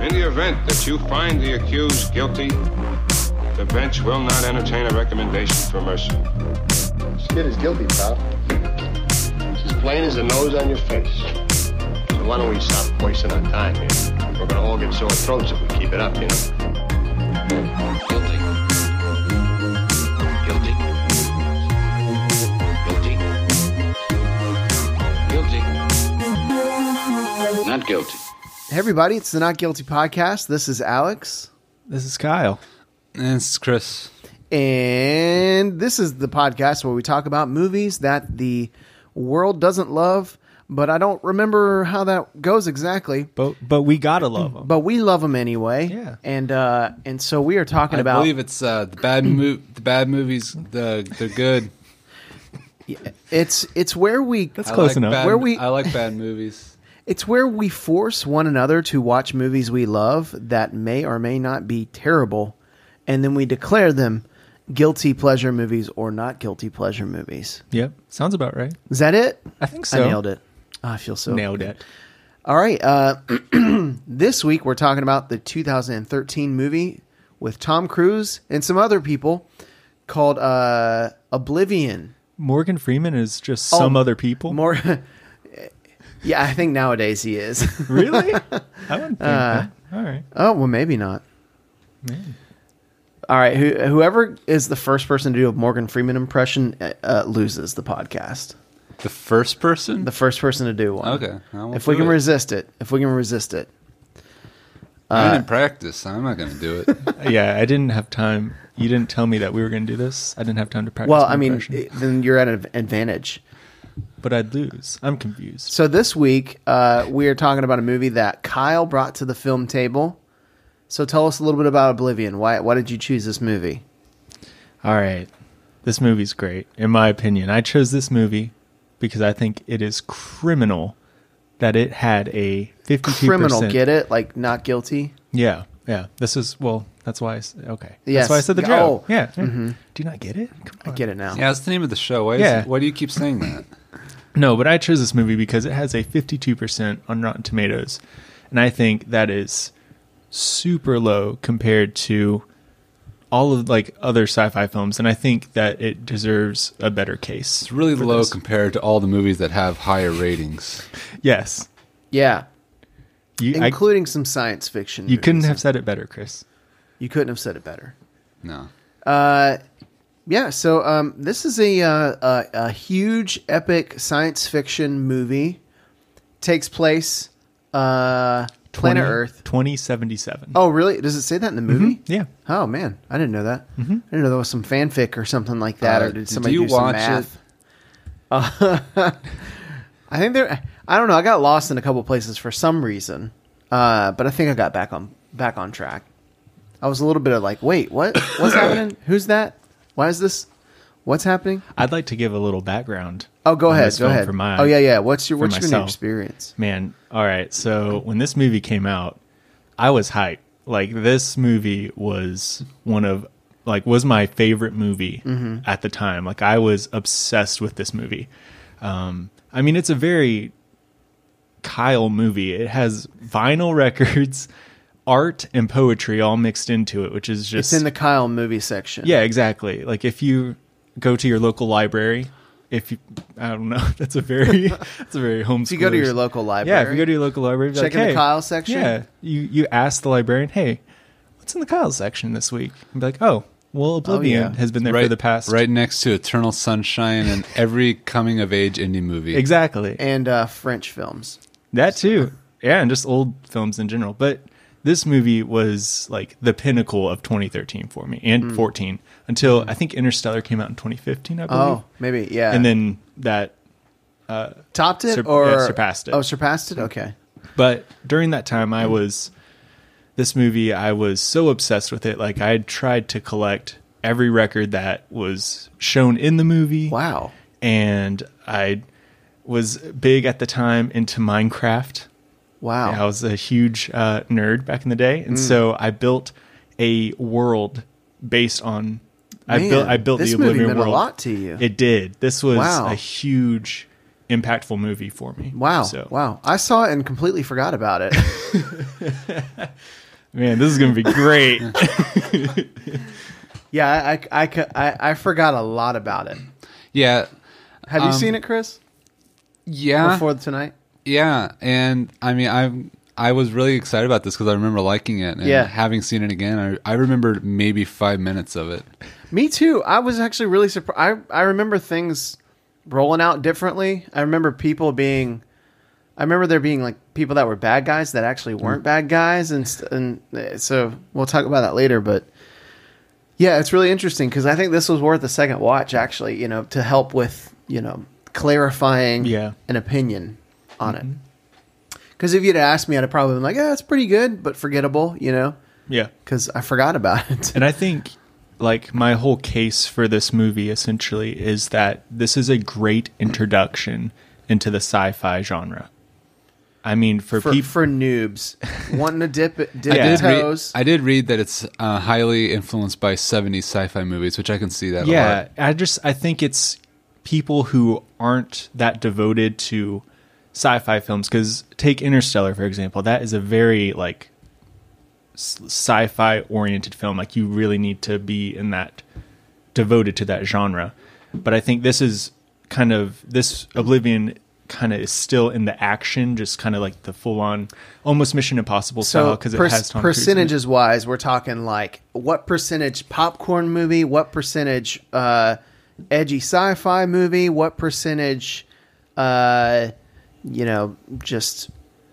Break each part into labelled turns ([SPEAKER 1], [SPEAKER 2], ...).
[SPEAKER 1] In the event that you find the accused guilty, the bench will not entertain a recommendation for mercy.
[SPEAKER 2] This kid is guilty, pal. It's as plain as the nose on your face. So why don't we stop wasting our time here? We're gonna all get sore throats if we keep it up, you know.
[SPEAKER 3] Guilty. Guilty. Guilty. Guilty. Not guilty.
[SPEAKER 4] Hey, everybody, it's the Not Guilty Podcast. This is Alex.
[SPEAKER 5] This is Kyle.
[SPEAKER 6] It's Chris.
[SPEAKER 4] And this is the podcast where we talk about movies that the world doesn't love, but I don't remember how that goes exactly.
[SPEAKER 5] But but we gotta love him.
[SPEAKER 4] But we love them anyway.
[SPEAKER 5] Yeah.
[SPEAKER 4] And uh and so we are talking
[SPEAKER 6] I
[SPEAKER 4] about
[SPEAKER 6] believe it's uh, the bad mo- the bad movies. The they're good.
[SPEAKER 4] it's it's where we
[SPEAKER 5] That's
[SPEAKER 6] I
[SPEAKER 5] close
[SPEAKER 6] like
[SPEAKER 5] enough.
[SPEAKER 6] Bad,
[SPEAKER 4] Where we-
[SPEAKER 6] I like bad movies.
[SPEAKER 4] it's where we force one another to watch movies we love that may or may not be terrible, and then we declare them guilty pleasure movies or not guilty pleasure movies.
[SPEAKER 5] Yep. Sounds about right.
[SPEAKER 4] Is that it?
[SPEAKER 5] I think
[SPEAKER 4] I
[SPEAKER 5] so.
[SPEAKER 4] nailed it. Ah, I feel so
[SPEAKER 5] Nailed it.
[SPEAKER 4] All right. Uh, this week we're talking about the 2013 movie with Tom Cruise and some other people called uh, Oblivion.
[SPEAKER 5] Morgan Freeman is just some
[SPEAKER 4] Oh,
[SPEAKER 5] other people.
[SPEAKER 4] More. yeah, I think nowadays he is.
[SPEAKER 5] really? Uh, I wouldn't think that. All right.
[SPEAKER 4] oh well, maybe not. All right. Who, whoever is the first person to do a Morgan Freeman impression uh, uh, loses the podcast.
[SPEAKER 6] The first person.
[SPEAKER 4] The first person to do one.
[SPEAKER 6] okay. I won't
[SPEAKER 4] If we
[SPEAKER 6] do
[SPEAKER 4] can
[SPEAKER 6] it.
[SPEAKER 4] resist it. If we can resist it.
[SPEAKER 6] I
[SPEAKER 4] Uh,
[SPEAKER 6] didn't practice. I'm not going to do it.
[SPEAKER 5] Yeah, I didn't have time. You didn't tell me that we were going to do this. I didn't have time to practice.
[SPEAKER 4] Well,
[SPEAKER 5] my
[SPEAKER 4] I mean,
[SPEAKER 5] impression.
[SPEAKER 4] it- then you're at an advantage.
[SPEAKER 5] but I'd lose. I'm confused.
[SPEAKER 4] So this week uh, we are talking about a movie that Kyle brought to the film table. So tell us a little bit about Oblivion. Why why did you choose this movie?
[SPEAKER 5] All right. This movie's great, in my opinion. I chose this movie because I think it is criminal that it had a 52
[SPEAKER 4] Criminal, get it? Like not guilty.
[SPEAKER 5] Yeah, yeah. This is well. That's why. I, s- okay.
[SPEAKER 4] Yes.
[SPEAKER 5] That's why I said the
[SPEAKER 4] Oh.
[SPEAKER 5] joke. Yeah. yeah. Do you not get it? Come
[SPEAKER 4] I
[SPEAKER 5] on.
[SPEAKER 4] get it now.
[SPEAKER 6] yeah, that's the name of the show. Why, is-
[SPEAKER 5] Yeah.
[SPEAKER 6] why do you keep saying that?
[SPEAKER 5] No, but I chose this movie because it has a 52% on Rotten Tomatoes, and I think that is super low compared to all of like other sci-fi films, and I think that it deserves a better case.
[SPEAKER 6] It's really
[SPEAKER 5] for
[SPEAKER 6] low
[SPEAKER 5] this.
[SPEAKER 6] compared to all the movies that have higher ratings.
[SPEAKER 5] yes.
[SPEAKER 4] Yeah,
[SPEAKER 5] You, I-
[SPEAKER 4] including some science fiction.
[SPEAKER 5] you
[SPEAKER 4] movies.
[SPEAKER 5] couldn't have said it better, Chris.
[SPEAKER 4] You couldn't have said it better. Uh,
[SPEAKER 6] No.
[SPEAKER 4] Yeah. So um, this is a, uh, a a huge epic science fiction movie. Takes place uh, planet
[SPEAKER 5] 20
[SPEAKER 4] Earth.
[SPEAKER 5] 2077.
[SPEAKER 4] Oh, really? Does it say that in the movie?
[SPEAKER 5] Mm-hmm. Yeah. Mm-hmm.
[SPEAKER 4] Oh man, I didn't know that. I didn't know there was some fanfic or something like that,
[SPEAKER 6] Uh,
[SPEAKER 4] or did
[SPEAKER 6] did
[SPEAKER 4] somebody
[SPEAKER 6] you
[SPEAKER 4] do some
[SPEAKER 6] watch
[SPEAKER 4] math?
[SPEAKER 6] it?
[SPEAKER 4] Uh, I think there. I don't know. I got lost in a couple places for some reason, uh, but I think I got back on back on track. I was a little bit of like, wait, what? What's happening? Who's that? Why is this? What's happening?
[SPEAKER 5] I'd like to give a little background.
[SPEAKER 4] Oh, go
[SPEAKER 5] on
[SPEAKER 4] ahead.
[SPEAKER 5] this
[SPEAKER 4] Go
[SPEAKER 5] film
[SPEAKER 4] ahead.
[SPEAKER 5] For my,
[SPEAKER 4] oh yeah, yeah. What's your
[SPEAKER 5] for
[SPEAKER 4] what's your new
[SPEAKER 5] myself.
[SPEAKER 4] experience?
[SPEAKER 5] Man, all right. So when this movie came out, I was hyped. Like this movie was one of like was my favorite movie
[SPEAKER 4] Mm-hmm.
[SPEAKER 5] at the time. Like I was obsessed with this movie. Um, I mean, it's a very Kyle movie. It has vinyl records, art, and poetry all mixed into it, which is just
[SPEAKER 4] It's in the Kyle movie section.
[SPEAKER 5] yeah, exactly. Like if you go to your local library, if you I don't know, that's a very that's a very homeschool.
[SPEAKER 4] If you go to your local library,
[SPEAKER 5] Yeah, if you go to your local library, be
[SPEAKER 4] Check
[SPEAKER 5] like,
[SPEAKER 4] in the
[SPEAKER 5] "Hey,"
[SPEAKER 4] Kyle section?
[SPEAKER 5] Yeah, you you ask the librarian, "Hey, what's in the Kyle section this week?" And be like, "Oh, well, Oblivion
[SPEAKER 4] yeah.
[SPEAKER 5] has been there for the past
[SPEAKER 6] right next to Eternal Sunshine and every coming of age indie movie.
[SPEAKER 5] exactly
[SPEAKER 4] and uh, French films.
[SPEAKER 5] that too. Yeah, and just old films in general, but." This movie was like the pinnacle of 2013 for me
[SPEAKER 4] Hmm.
[SPEAKER 5] and 14 until I think Interstellar came out in 2015, I believe.
[SPEAKER 4] Oh, maybe yeah.
[SPEAKER 5] Mm-hmm. and then that
[SPEAKER 4] topped it
[SPEAKER 5] Sur-
[SPEAKER 4] or
[SPEAKER 5] yeah, surpassed it.
[SPEAKER 4] Oh, surpassed it. Okay.
[SPEAKER 5] but during that time i was this movie i was so obsessed with it like i had tried to collect every record that was shown in the movie
[SPEAKER 4] Wow.
[SPEAKER 5] and i was big at the time into minecraft
[SPEAKER 4] Wow. Mm.
[SPEAKER 5] I was a huge uh, nerd back in the day, and so I built a world based on. I
[SPEAKER 4] Man,
[SPEAKER 5] built. I built
[SPEAKER 4] this
[SPEAKER 5] the
[SPEAKER 4] movie
[SPEAKER 5] Oblivion
[SPEAKER 4] meant a
[SPEAKER 5] world.
[SPEAKER 4] lot to you.
[SPEAKER 5] It did. This was
[SPEAKER 4] Wow.
[SPEAKER 5] a huge impactful movie for me.
[SPEAKER 4] Wow.
[SPEAKER 5] So,
[SPEAKER 4] Wow. I saw it and completely forgot about it.
[SPEAKER 5] man, this is gonna be great.
[SPEAKER 4] yeah, I, I, I, cou- I, I forgot a lot about it.
[SPEAKER 6] Yeah.
[SPEAKER 4] Have
[SPEAKER 5] Um,
[SPEAKER 4] you seen it, Chris?
[SPEAKER 5] uh-huh.
[SPEAKER 6] Yeah.
[SPEAKER 4] Before tonight?
[SPEAKER 6] Yeah, and I mean, I'm I was really excited about this because I remember liking it, and
[SPEAKER 4] Yeah.
[SPEAKER 6] having seen it again, I I remembered maybe five minutes of it.
[SPEAKER 4] Me too. I was actually really surprised. I, I remember things rolling out differently. I remember people being, I remember there being like people that were bad guys that actually weren't bad guys, and st- and uh, so we'll talk about that later. But yeah, it's really interesting because I think this was worth a second watch. Actually, you know, to help with you know clarifying
[SPEAKER 5] Yeah.
[SPEAKER 4] an opinion on it. Because if you'd asked me, I'd have probably been like, "Yeah, it's pretty good, but forgettable," you know,
[SPEAKER 5] yeah.
[SPEAKER 4] because I forgot about it.
[SPEAKER 5] And I think like my whole case for this movie essentially is that this is a great introduction into the sci-fi genre. I mean, for,
[SPEAKER 4] for,
[SPEAKER 5] people
[SPEAKER 4] for noobs wanting to dip it, dip
[SPEAKER 5] I
[SPEAKER 4] their
[SPEAKER 5] did
[SPEAKER 6] Read-
[SPEAKER 4] toes.
[SPEAKER 6] I did read that it's uh, highly influenced by '70s sci-fi movies, which I can see that. a
[SPEAKER 5] yeah
[SPEAKER 6] lot.
[SPEAKER 5] i just i think it's people who aren't that devoted to sci-fi films because take interstellar for example that is a very like s- sci-fi oriented film like you really need to be in that devoted to that genre but i think this is kind of this oblivion kind of is still in the action just kind of like the full-on almost mission impossible style
[SPEAKER 4] so
[SPEAKER 5] because
[SPEAKER 4] per-
[SPEAKER 5] it has Tom Cruise in it.
[SPEAKER 4] percentages wise, we're talking like what percentage popcorn movie, what percentage uh, edgy sci-fi movie, what percentage uh, you know just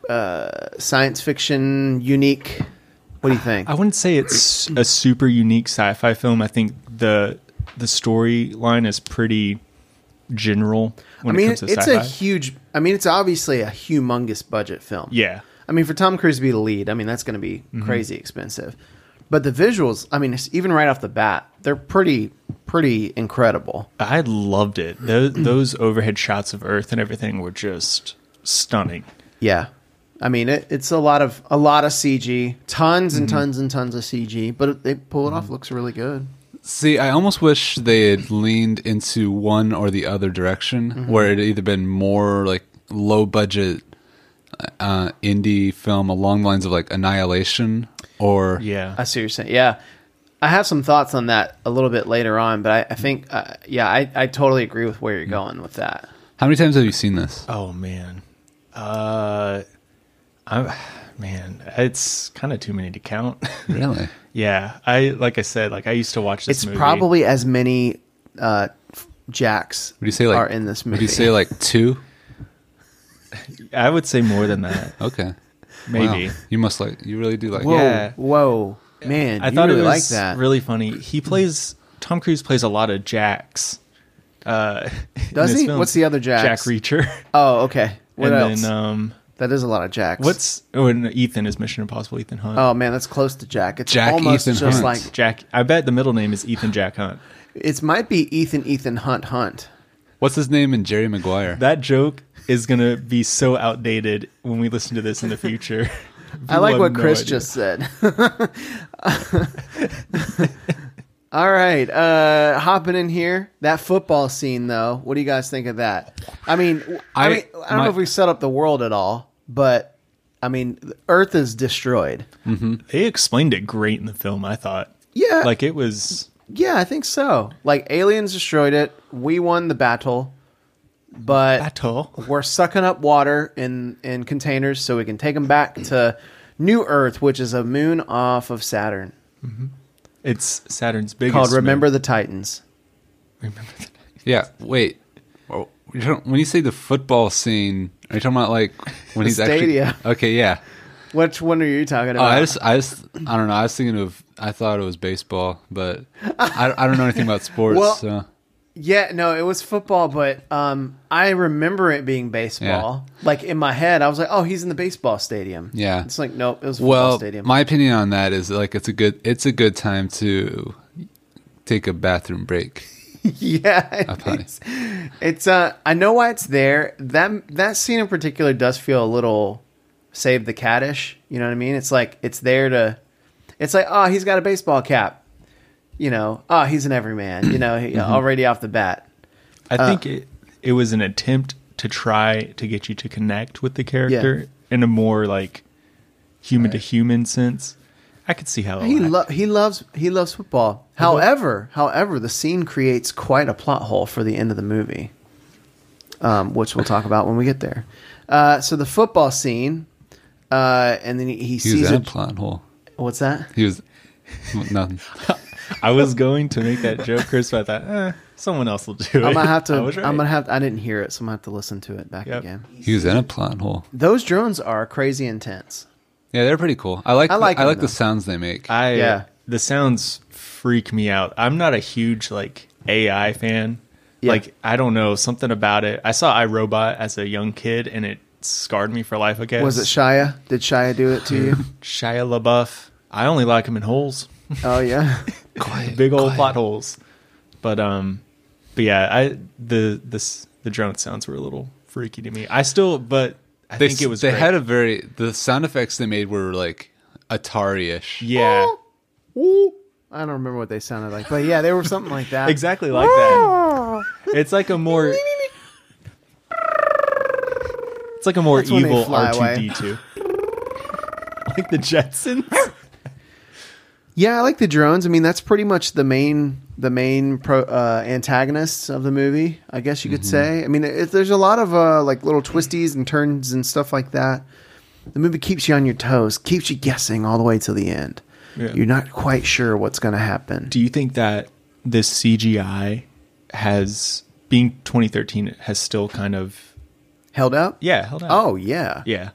[SPEAKER 4] uh, science fiction unique. What do you think?
[SPEAKER 5] I wouldn't say it's a super unique sci-fi film. I think the the storyline is pretty general when
[SPEAKER 4] I mean,
[SPEAKER 5] it comes to
[SPEAKER 4] it's
[SPEAKER 5] sci-fi.
[SPEAKER 4] a huge. I mean, it's obviously a humongous budget film.
[SPEAKER 5] yeah,
[SPEAKER 4] I mean, for Tom Cruise to be the lead, I mean, that's going to be
[SPEAKER 6] Mm-hmm.
[SPEAKER 4] crazy expensive. But the visuals, I mean, it's even right off the bat, they're pretty, pretty incredible.
[SPEAKER 5] I loved it. Those, those overhead shots of Earth and everything were just stunning.
[SPEAKER 4] Yeah, I mean, it, it's a lot of a lot of CG, tons
[SPEAKER 6] Mm-hmm.
[SPEAKER 4] and tons and tons of CG, but they pull it off. Looks really good.
[SPEAKER 6] See, I almost wish they had leaned into one or the other direction, where it had either been more like low budget uh, indie film along the lines of like Annihilation or
[SPEAKER 5] Yeah,
[SPEAKER 4] I see what you're saying. Yeah, I have some thoughts on that a little bit later on, but I, I think, uh, yeah, I, I totally agree with
[SPEAKER 6] Mm-hmm.
[SPEAKER 4] where you're going with that.
[SPEAKER 6] How many times have you seen this?
[SPEAKER 5] Oh man, uh, I man, it's kind of too many to count.
[SPEAKER 6] Really?
[SPEAKER 5] yeah, I like I said, like I used to watch this.
[SPEAKER 4] It's
[SPEAKER 5] movie.
[SPEAKER 4] probably as many uh, f- jacks
[SPEAKER 6] Would you say like
[SPEAKER 4] are in this movie.
[SPEAKER 6] Would you say like two?
[SPEAKER 5] I would say more than that,
[SPEAKER 6] Okay.
[SPEAKER 5] maybe.
[SPEAKER 6] Wow. You must like you really do like
[SPEAKER 4] Whoa,
[SPEAKER 6] it.
[SPEAKER 5] Yeah.
[SPEAKER 4] whoa, man!
[SPEAKER 5] I
[SPEAKER 4] you
[SPEAKER 5] thought
[SPEAKER 4] really
[SPEAKER 5] it was
[SPEAKER 4] like that.
[SPEAKER 5] really funny. He plays Tom Cruise plays a lot of jacks. Uh, in
[SPEAKER 4] Does
[SPEAKER 5] his
[SPEAKER 4] he? What's the other jacks?
[SPEAKER 5] Jack Reacher.
[SPEAKER 4] oh, okay. What
[SPEAKER 5] and
[SPEAKER 4] else?
[SPEAKER 5] then um,
[SPEAKER 4] that is a lot of jacks.
[SPEAKER 5] what's oh, and Ethan is Mission Impossible. Ethan Hunt.
[SPEAKER 4] Oh man, that's close to Jack. It's
[SPEAKER 6] Jack
[SPEAKER 4] almost
[SPEAKER 6] Ethan
[SPEAKER 4] just
[SPEAKER 6] Hunt.
[SPEAKER 4] like
[SPEAKER 5] Jack. I bet the middle name is Ethan Jack Hunt.
[SPEAKER 4] it might be Ethan Ethan Hunt Hunt.
[SPEAKER 6] What's his name in Jerry Maguire?
[SPEAKER 5] That joke is gonna be so outdated when we listen to this in the future.
[SPEAKER 4] I like
[SPEAKER 5] have
[SPEAKER 4] what
[SPEAKER 5] no
[SPEAKER 4] Chris
[SPEAKER 5] idea.
[SPEAKER 4] just said. All right, uh, hopping in here. That football scene, though. What do you guys think of that? I mean, w- I,
[SPEAKER 6] I-
[SPEAKER 4] mean, I don't
[SPEAKER 6] my-
[SPEAKER 4] know if we set up the world at all, but I mean, Earth is destroyed.
[SPEAKER 5] they explained it great in the film. I thought.
[SPEAKER 4] Yeah,
[SPEAKER 5] Like it was.
[SPEAKER 4] Yeah, I think so. Like aliens destroyed it. We won the battle, but
[SPEAKER 5] Battle.
[SPEAKER 4] we're sucking up water in in containers so we can take them back to New Earth, which is a moon off of Saturn
[SPEAKER 5] It's Saturn's biggest.
[SPEAKER 4] called
[SPEAKER 5] moon.
[SPEAKER 4] Remember the Titans.
[SPEAKER 5] Remember the-
[SPEAKER 6] yeah. Wait. Oh, you don't- When you say the football scene, are you talking about like when he's
[SPEAKER 4] stadia.
[SPEAKER 6] actually okay? Yeah.
[SPEAKER 4] Which one are you talking
[SPEAKER 6] Oh,
[SPEAKER 4] about?
[SPEAKER 6] I just, I just, I don't know. I was thinking of, I thought it was baseball, but I, I don't know anything about sports.
[SPEAKER 4] Well-
[SPEAKER 6] so.
[SPEAKER 4] yeah, no, it was football, but um, I remember it being baseball. Like in my head, I was like, "Oh, he's in the baseball stadium."
[SPEAKER 6] Yeah.
[SPEAKER 4] it's like nope, it was a football
[SPEAKER 6] Well,
[SPEAKER 4] stadium.
[SPEAKER 6] my opinion on that is like it's a good, it's a good time to take a bathroom break.
[SPEAKER 4] yeah,
[SPEAKER 6] Okay.
[SPEAKER 4] it's, it's uh, I know why it's there. That that scene in particular does feel a little save the catish. You know what I mean? It's like it's there to, it's like oh he's got a baseball cap, you know. Oh Mm-hmm. he's an everyman, you know. He, Already off the bat,
[SPEAKER 5] I think it, it was an attempt to try to get you to connect with the character in a more like human to human sense. I could see how
[SPEAKER 4] He
[SPEAKER 5] that-
[SPEAKER 4] lo- he loves he loves football. However, however, the scene creates quite a plot hole for the end of the movie, um, which we'll talk about when we get there. Uh, so the football scene, uh, and then he, he
[SPEAKER 6] He was
[SPEAKER 4] sees
[SPEAKER 6] in a
[SPEAKER 4] a,
[SPEAKER 6] plot hole.
[SPEAKER 4] what's that?
[SPEAKER 6] He was nothing.
[SPEAKER 5] I was going to make that joke, Chris, but I thought eh, someone else will do it.
[SPEAKER 4] I'm gonna have to.
[SPEAKER 5] I
[SPEAKER 4] I'm
[SPEAKER 5] was right.
[SPEAKER 4] gonna have. I didn't hear it, so I'm gonna have to listen to it back
[SPEAKER 5] Yep.
[SPEAKER 4] again.
[SPEAKER 6] He was in a plot hole.
[SPEAKER 4] Those drones are crazy intense.
[SPEAKER 6] Yeah, they're pretty cool. I like.
[SPEAKER 4] I
[SPEAKER 6] I
[SPEAKER 4] like
[SPEAKER 6] like. I
[SPEAKER 4] him,
[SPEAKER 6] like
[SPEAKER 4] though.
[SPEAKER 6] the sounds they make.
[SPEAKER 5] I
[SPEAKER 4] Yeah.
[SPEAKER 5] the sounds freak me out. I'm not a huge like AI fan.
[SPEAKER 4] Yeah.
[SPEAKER 5] Like I don't know something about it. I saw iRobot as a young kid and it scarred me for life. I guess
[SPEAKER 4] Was it Shia? Did Shia do it to you?
[SPEAKER 5] Shia LaBeouf? I only like him in holes,
[SPEAKER 4] oh yeah.
[SPEAKER 6] Quiet,
[SPEAKER 5] big old
[SPEAKER 6] quiet.
[SPEAKER 5] plot holes. But um, but yeah, I the this the drone sounds were a little freaky to me. I still, but I
[SPEAKER 6] They,
[SPEAKER 5] think it was
[SPEAKER 6] They
[SPEAKER 5] great.
[SPEAKER 6] had a very. The sound effects they made were like Atari-ish.
[SPEAKER 5] yeah.
[SPEAKER 4] I don't remember what they sounded like, but yeah, they were something like that.
[SPEAKER 5] exactly like that. It's like a more. It's like a more
[SPEAKER 4] That's when they
[SPEAKER 5] evil
[SPEAKER 4] fly
[SPEAKER 5] R
[SPEAKER 4] away.
[SPEAKER 5] two D two. Like the Jetsons.
[SPEAKER 4] Yeah, I like the drones. I mean, that's pretty much the main the main pro, uh, antagonists of the movie, I guess you could
[SPEAKER 5] Mm-hmm.
[SPEAKER 4] say. I mean, it, there's a lot of uh, like little twisties and turns and stuff like that. The movie keeps you on your toes, keeps you guessing all the way to the end.
[SPEAKER 5] Yeah.
[SPEAKER 4] You're not quite sure what's going to happen.
[SPEAKER 5] Do you think that this CGI has being 2013 it has still kind of
[SPEAKER 4] Held up?
[SPEAKER 5] yeah held out?
[SPEAKER 4] Oh yeah.
[SPEAKER 5] yeah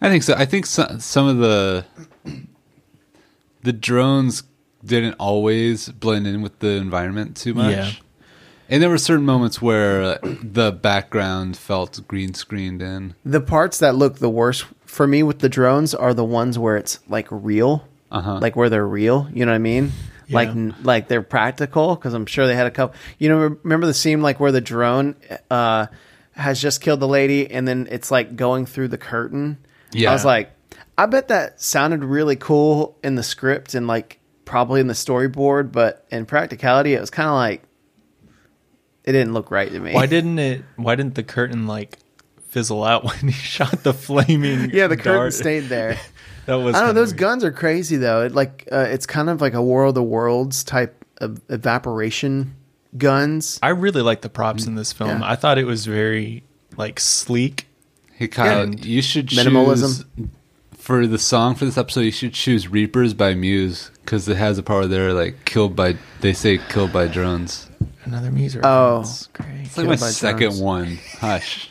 [SPEAKER 6] I think so. I think so, some of the the drones didn't always blend in with the environment too much.
[SPEAKER 5] Yeah.
[SPEAKER 6] And there were certain moments where uh, the background felt green screened in.
[SPEAKER 4] The parts that look the worst for me with the drones are the ones where it's like real,
[SPEAKER 6] Uh-huh.
[SPEAKER 4] like where they're real. You know what I mean? Like
[SPEAKER 5] Yeah.
[SPEAKER 4] like they're practical because I'm sure they had a couple. You know, remember the scene like where the drone uh, has just killed the lady and then it's like going through the curtain. I
[SPEAKER 6] Yeah.
[SPEAKER 4] was like, I bet that sounded really cool in the script and like probably in the storyboard, but in practicality, it was kind of like it didn't look right to me.
[SPEAKER 5] why didn't it why didn't the curtain like fizzle out when he shot the flaming
[SPEAKER 4] yeah, the curtain
[SPEAKER 5] dart?
[SPEAKER 4] stayed there.
[SPEAKER 5] that was
[SPEAKER 4] I don't know.
[SPEAKER 5] kinda
[SPEAKER 4] Those
[SPEAKER 5] weird.
[SPEAKER 4] guns are crazy though. It like uh, it's kind of like a War of the Worlds type of evaporation guns.
[SPEAKER 5] I really like the props in this film.
[SPEAKER 4] Mm, Yeah.
[SPEAKER 5] I thought it was very like sleek.
[SPEAKER 6] Hey Kyle,
[SPEAKER 5] Yeah.
[SPEAKER 6] you should
[SPEAKER 4] Minimalism.
[SPEAKER 6] choose for the song for this episode. You should choose "Reapers" by Muse because it has a part where they're like killed by. They say killed by drones.
[SPEAKER 5] Another music.
[SPEAKER 4] Oh.
[SPEAKER 5] reference. great.
[SPEAKER 6] It's like my
[SPEAKER 4] Killed by
[SPEAKER 6] second
[SPEAKER 4] drones.
[SPEAKER 6] one. Hush.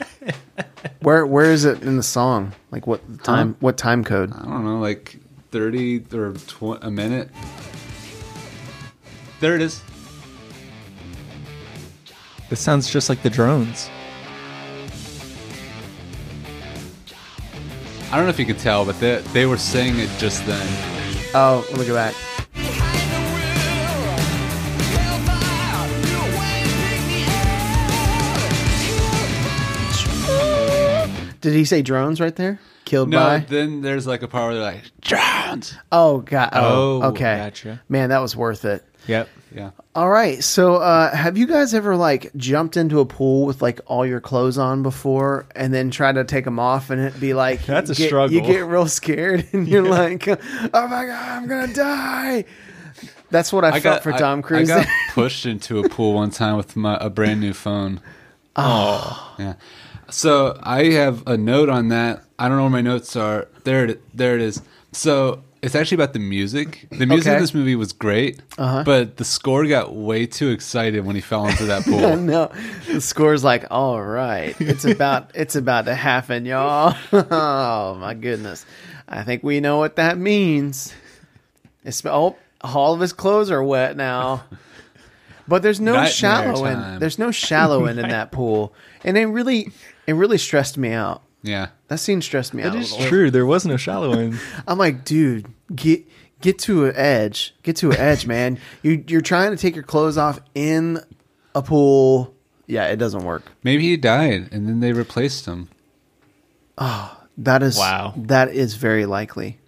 [SPEAKER 4] Where where is it in the song? Like what time?
[SPEAKER 6] Huh?
[SPEAKER 4] What time code?
[SPEAKER 6] I don't know, like thirty or tw- a minute. There it is.
[SPEAKER 5] This sounds just like the drones.
[SPEAKER 6] I don't know if you can tell, but they, they were saying it just then.
[SPEAKER 4] Oh, let me go back. Did he say drones right there? Killed
[SPEAKER 6] No,
[SPEAKER 4] by?
[SPEAKER 6] then there's like a part where they're like drowned.
[SPEAKER 4] oh god. Oh,
[SPEAKER 5] Oh,
[SPEAKER 4] okay.
[SPEAKER 5] gotcha.
[SPEAKER 4] Man, that was worth it.
[SPEAKER 5] Yep.
[SPEAKER 6] Yeah.
[SPEAKER 4] All right. So, uh, have you guys ever like jumped into a pool with like all your clothes on before, and then try to take them off, and it be like
[SPEAKER 5] That's
[SPEAKER 4] you
[SPEAKER 5] a
[SPEAKER 4] get-
[SPEAKER 5] struggle.
[SPEAKER 4] You get real scared, and you're like, "Oh my god, I'm gonna die." That's what I, felt for Tom Cruise.
[SPEAKER 6] I got pushed into a pool one time with my a brand new phone.
[SPEAKER 4] Ah.
[SPEAKER 6] Oh. Yeah. So I have a note on that. I don't know where my notes are. There it there it is. So it's actually about the music. The music
[SPEAKER 4] Okay. Uh-huh.
[SPEAKER 6] in this movie was great, but the score got way too excited when he fell into that pool.
[SPEAKER 4] no, the score's like, all right, it's about it's about to happen, y'all. oh my goodness, I think we know what that means. It's oh, all of his clothes are wet now. But there's no
[SPEAKER 6] Nightmare
[SPEAKER 4] shallow end.
[SPEAKER 6] time.
[SPEAKER 4] There's no shallow end in that pool, and it really, it really stressed me out.
[SPEAKER 6] yeah.
[SPEAKER 4] That scene stressed me out.
[SPEAKER 5] That
[SPEAKER 4] a
[SPEAKER 5] is
[SPEAKER 4] little.
[SPEAKER 5] true. There was no shallow end.
[SPEAKER 4] I'm like, dude, get get to an edge. Get to an edge, man. You you're trying to take your clothes off in a pool. Yeah, it doesn't work.
[SPEAKER 6] Maybe he died and then they replaced him.
[SPEAKER 4] That is
[SPEAKER 5] Wow.
[SPEAKER 4] That is very likely.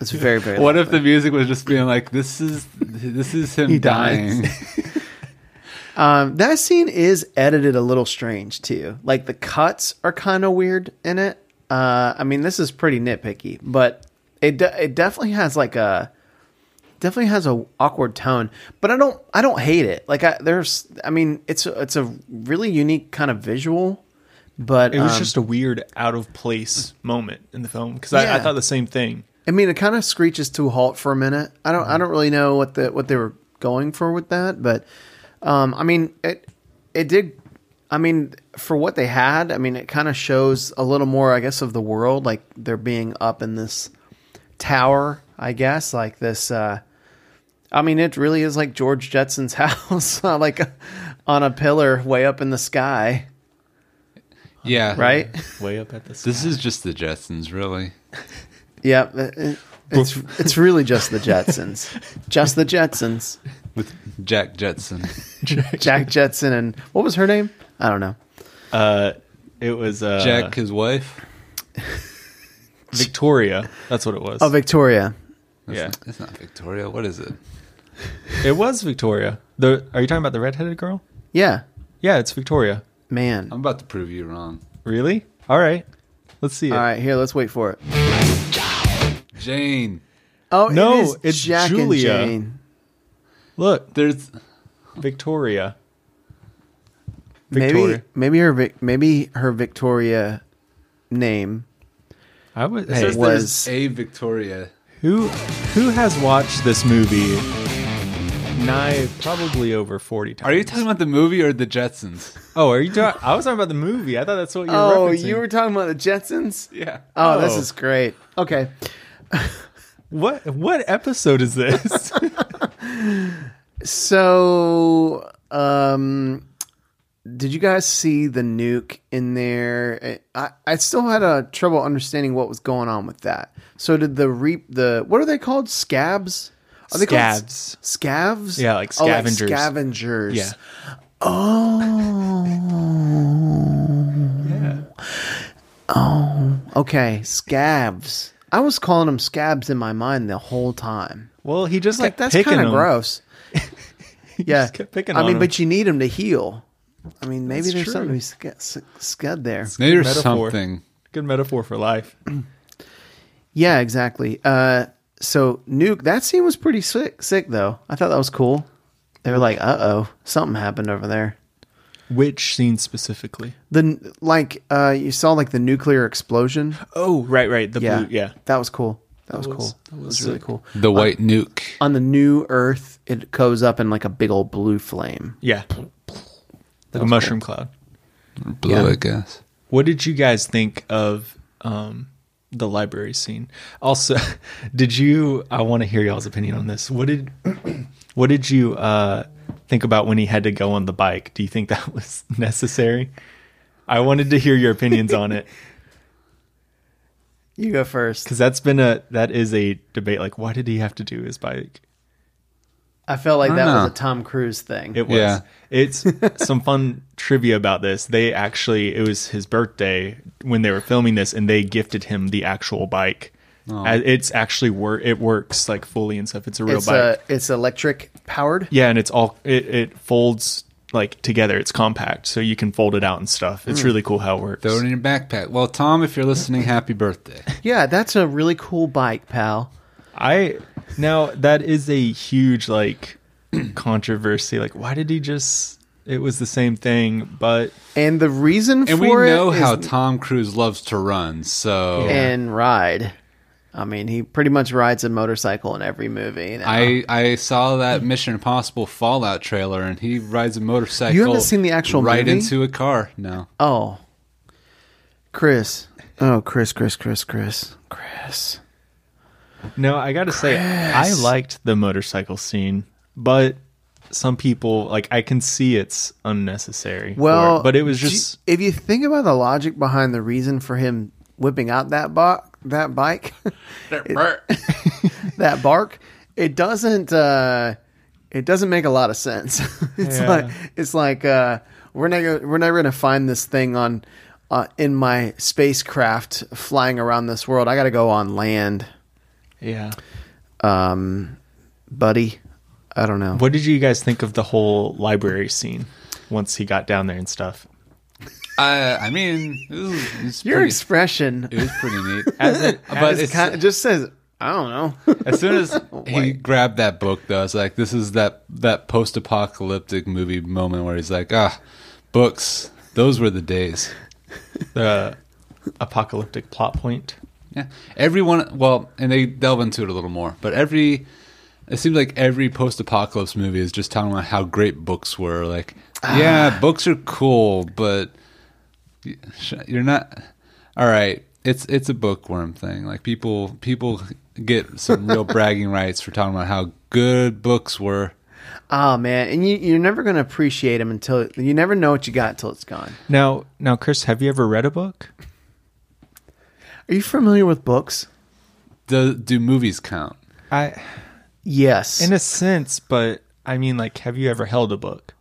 [SPEAKER 4] It's very very.
[SPEAKER 6] What
[SPEAKER 4] likely.
[SPEAKER 6] if the music was just being like this is this is him
[SPEAKER 4] He dies.
[SPEAKER 6] dying.
[SPEAKER 4] Um, that scene is edited a little strange too. Like the cuts are kind of weird in it. Uh, I mean, this is pretty nitpicky, but it de- it definitely has like a definitely has a awkward tone. But I don't I don't hate it. Like I, there's I mean it's a, it's a really unique kind of visual. But
[SPEAKER 5] It was
[SPEAKER 4] um,
[SPEAKER 5] just a weird, out of place moment in the film because I,
[SPEAKER 4] Yeah.
[SPEAKER 5] I thought the same thing.
[SPEAKER 4] I mean, it kind of screeches to a halt for a minute. I don't, I don't really know what the what they were going for with that, but um, I mean, it it did. I mean, for what they had, I mean, it kind of shows a little more, I guess, of the world, like they're being up in this tower, I guess, like this. Uh, I mean, it really is like George Jetson's house, like on a pillar way up in the sky,
[SPEAKER 6] Yeah.
[SPEAKER 4] right?
[SPEAKER 5] Way up at the
[SPEAKER 6] This is just the Jetsons, really.
[SPEAKER 4] yeah, it- it- it's it's really just the Jetsons, just the Jetsons.
[SPEAKER 6] With Jack Jetson.
[SPEAKER 4] Jack Jetson and what was her name? I don't know.
[SPEAKER 5] uh, it was uh,
[SPEAKER 6] Jack, his wife.
[SPEAKER 5] Victoria. That's what it was.
[SPEAKER 4] Oh, Victoria.
[SPEAKER 6] That's
[SPEAKER 5] Yeah.
[SPEAKER 6] Not, that's not Victoria. What is it?
[SPEAKER 5] it was Victoria. The are you talking about the redheaded girl?
[SPEAKER 4] Yeah,
[SPEAKER 5] Yeah, it's Victoria.
[SPEAKER 4] man.
[SPEAKER 6] I'm about to prove you wrong.
[SPEAKER 5] Really? All right. Let's see it.
[SPEAKER 4] All right, here, let's wait for it.
[SPEAKER 6] Jane.
[SPEAKER 4] Oh
[SPEAKER 5] No,
[SPEAKER 4] it is
[SPEAKER 5] it's
[SPEAKER 4] Jack
[SPEAKER 5] Julia.
[SPEAKER 4] and Jane.
[SPEAKER 5] Look,
[SPEAKER 6] There's.
[SPEAKER 5] Victoria.
[SPEAKER 4] Maybe, maybe her, Vic- maybe her Victoria name.
[SPEAKER 5] I would.
[SPEAKER 6] It
[SPEAKER 5] Hey,
[SPEAKER 6] says
[SPEAKER 4] was-
[SPEAKER 6] there's a Victoria.
[SPEAKER 5] who who has watched this movie? Nigh probably over forty times.
[SPEAKER 6] Are you talking about the movie or the Jetsons?
[SPEAKER 5] Oh, are you talking? I was talking about the movie. I thought that's what you were
[SPEAKER 4] Oh,
[SPEAKER 5] referencing.
[SPEAKER 4] you were talking about the Jetsons.
[SPEAKER 6] Yeah.
[SPEAKER 4] Oh, this
[SPEAKER 5] Oh.
[SPEAKER 4] is great. Okay,
[SPEAKER 5] What what episode is this?
[SPEAKER 4] so um, did you guys see the nuke in there? I, I still had a trouble understanding what was going on with that. So did the reap the what are they called? Scabs? Are they called
[SPEAKER 5] Scabs.
[SPEAKER 4] Scavs?
[SPEAKER 5] Yeah, like
[SPEAKER 4] Oh,
[SPEAKER 5] scavengers.
[SPEAKER 4] scavengers.
[SPEAKER 5] yeah.
[SPEAKER 4] Oh.
[SPEAKER 5] Yeah.
[SPEAKER 4] Okay, scabs. I was calling them scabs in my mind the whole time.
[SPEAKER 5] Well, he just
[SPEAKER 4] It's like
[SPEAKER 5] kept
[SPEAKER 4] that's
[SPEAKER 5] picking
[SPEAKER 4] kind of
[SPEAKER 5] them.
[SPEAKER 4] gross. yeah,
[SPEAKER 5] just kept picking
[SPEAKER 4] I
[SPEAKER 5] on
[SPEAKER 4] mean,
[SPEAKER 5] them.
[SPEAKER 4] but you need them to heal. I mean, maybe
[SPEAKER 5] That's
[SPEAKER 4] there's
[SPEAKER 5] true.
[SPEAKER 4] something to be sc- sc- scud there.
[SPEAKER 6] There's
[SPEAKER 5] metaphor.
[SPEAKER 6] something.
[SPEAKER 5] Good metaphor for life.
[SPEAKER 4] Yeah, exactly. Uh, so nuke that scene was pretty sick. Sick though. I thought that was cool. They were like, "Uh oh, something happened over there."
[SPEAKER 5] Which scene specifically?
[SPEAKER 4] The n- like uh, you saw like the nuclear explosion.
[SPEAKER 5] Oh, right, right. The
[SPEAKER 4] Yeah,
[SPEAKER 5] blue. Yeah.
[SPEAKER 4] that was cool. That, was,
[SPEAKER 5] was-
[SPEAKER 4] cool. That was really cool.
[SPEAKER 6] The White Nuke.
[SPEAKER 4] On the new Earth, it goes up in like a big old blue flame.
[SPEAKER 5] Yeah. Like a mushroom cloud.
[SPEAKER 6] Blue,
[SPEAKER 4] Yeah.
[SPEAKER 6] I guess.
[SPEAKER 5] What did you guys think of um, the library scene? Also, did you? I want to hear y'all's opinion on this. What did What did you uh, think about when he had to go on the bike? Do you think that was necessary? I wanted to hear your opinions on it
[SPEAKER 4] You go first.
[SPEAKER 5] because that's been a that is a debate. Like, why did he have to do his bike?
[SPEAKER 4] I felt like
[SPEAKER 6] I
[SPEAKER 4] that
[SPEAKER 6] don't
[SPEAKER 4] was
[SPEAKER 6] know.
[SPEAKER 4] a Tom Cruise thing.
[SPEAKER 5] It was.
[SPEAKER 6] Yeah.
[SPEAKER 5] It's some fun trivia about this. They actually, it was his birthday when they were filming this, and they gifted him the actual bike. Uh, It's actually work. It works like fully and stuff. It's a real
[SPEAKER 4] it's
[SPEAKER 5] bike.
[SPEAKER 4] uh it's electric powered.
[SPEAKER 5] yeah, and it's all it, it folds like together. It's compact, so you can fold it out and stuff. It's really cool how it works.
[SPEAKER 6] Throw it in your backpack. Well, Tom, if you're listening, happy birthday.
[SPEAKER 4] Yeah, that's a really cool bike, pal.
[SPEAKER 5] I now that is a huge like controversy. Like, why did he just? It was the same thing, but
[SPEAKER 4] And the reason
[SPEAKER 6] And we
[SPEAKER 4] for it
[SPEAKER 6] know
[SPEAKER 4] is-
[SPEAKER 6] how Tom Cruise loves to run, so
[SPEAKER 4] and ride. I mean, he pretty much rides a motorcycle in every movie. now.
[SPEAKER 6] I I saw that Mission Impossible Fallout trailer, and he rides a motorcycle.
[SPEAKER 4] You haven't seen the actual
[SPEAKER 6] right
[SPEAKER 4] movie?
[SPEAKER 6] into a car. No,
[SPEAKER 4] oh, Chris. Oh, Chris, Chris, Chris, Chris, Chris.
[SPEAKER 5] No, I gotta say, I liked the motorcycle scene, but some people like I can see it's unnecessary. for
[SPEAKER 4] Well,
[SPEAKER 5] it, but it was
[SPEAKER 4] do you-
[SPEAKER 5] just
[SPEAKER 4] if you think about the logic behind the reason for him whipping out that bo- that bike, that bark, it doesn't uh, it doesn't make a lot of sense. it's
[SPEAKER 5] Yeah.
[SPEAKER 4] like it's like uh, we're never we're never gonna find this thing on uh, in my spacecraft flying around this world. I got to go on land,
[SPEAKER 5] yeah.
[SPEAKER 4] um, buddy. I don't know.
[SPEAKER 5] What did you guys think of the whole library scene once he got down there and stuff?
[SPEAKER 6] I, I mean, it was, it was
[SPEAKER 4] Your
[SPEAKER 6] pretty,
[SPEAKER 4] expression
[SPEAKER 6] it was pretty neat.
[SPEAKER 5] As it,
[SPEAKER 6] but
[SPEAKER 4] is
[SPEAKER 6] it's,
[SPEAKER 4] kind just says I don't know.
[SPEAKER 6] as soon as he grabbed that book, though, it's like this is that that post-apocalyptic movie moment where he's like, ah, books. Those were the days.
[SPEAKER 5] the apocalyptic plot point.
[SPEAKER 6] Yeah. Everyone, well, and they delve into it a little more, but every, it seems like every post apocalypse movie is just talking about how great books were. Like, yeah, books are cool, but y- sh- you're not, all right. It's it's a bookworm thing. Like people people get some real bragging rights for talking about how good books were.
[SPEAKER 4] oh man, and you you're never gonna appreciate them until you never know what you got until it's gone.
[SPEAKER 5] Now, now, Chris, have you ever read a book?
[SPEAKER 4] Are you familiar with books?
[SPEAKER 6] Do do movies count?
[SPEAKER 5] I,
[SPEAKER 4] Yes.
[SPEAKER 5] in a sense, but I mean, like, have you ever held a book,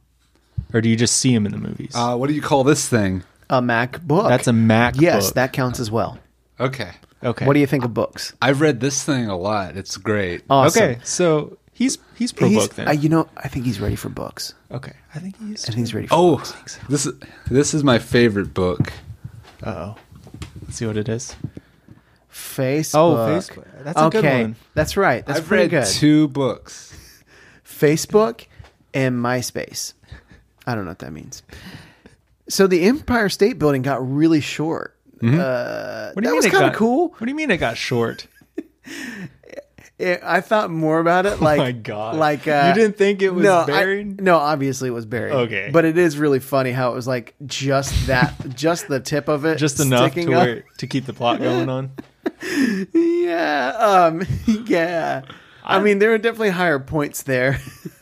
[SPEAKER 5] or do you just see them in the movies?
[SPEAKER 6] Uh, what do you call this thing?
[SPEAKER 4] a MacBook.
[SPEAKER 5] That's a Mac.
[SPEAKER 4] yes,
[SPEAKER 5] book.
[SPEAKER 4] that counts as well.
[SPEAKER 6] Okay,
[SPEAKER 5] okay.
[SPEAKER 4] What do you think of books?
[SPEAKER 6] I've read this thing a lot. It's great.
[SPEAKER 4] Awesome.
[SPEAKER 5] Okay, so he's he's pro
[SPEAKER 4] He's-
[SPEAKER 5] book then.
[SPEAKER 4] uh, you know, I think he's ready for books.
[SPEAKER 5] okay, I think he's.
[SPEAKER 4] I think he's ready for
[SPEAKER 6] Oh, this is this is my favorite book.
[SPEAKER 5] Uh oh. Let's see what it is.
[SPEAKER 4] Facebook.
[SPEAKER 5] Oh, Facebook. That's a good one.
[SPEAKER 4] That's right. That's
[SPEAKER 6] I've
[SPEAKER 4] pretty
[SPEAKER 6] read
[SPEAKER 4] good.
[SPEAKER 6] two books.
[SPEAKER 4] Facebook and MySpace. I don't know what that means. So the Empire State Building got really short. Uh,
[SPEAKER 5] What
[SPEAKER 4] that was
[SPEAKER 5] it
[SPEAKER 4] kind of
[SPEAKER 5] got-
[SPEAKER 4] cool.
[SPEAKER 5] What do you mean it got short?
[SPEAKER 4] It, I thought more about it. Like,
[SPEAKER 5] Oh my God.
[SPEAKER 4] like uh,
[SPEAKER 5] You didn't think it was
[SPEAKER 4] no, I-
[SPEAKER 5] buried?
[SPEAKER 4] no, obviously it was buried.
[SPEAKER 5] Okay.
[SPEAKER 4] but it is really funny how it was like just that, just the tip of it,
[SPEAKER 5] Just enough to
[SPEAKER 4] sticking up.
[SPEAKER 5] where, to keep the plot going on.
[SPEAKER 4] Yeah, um, yeah. I mean, there were definitely higher points there.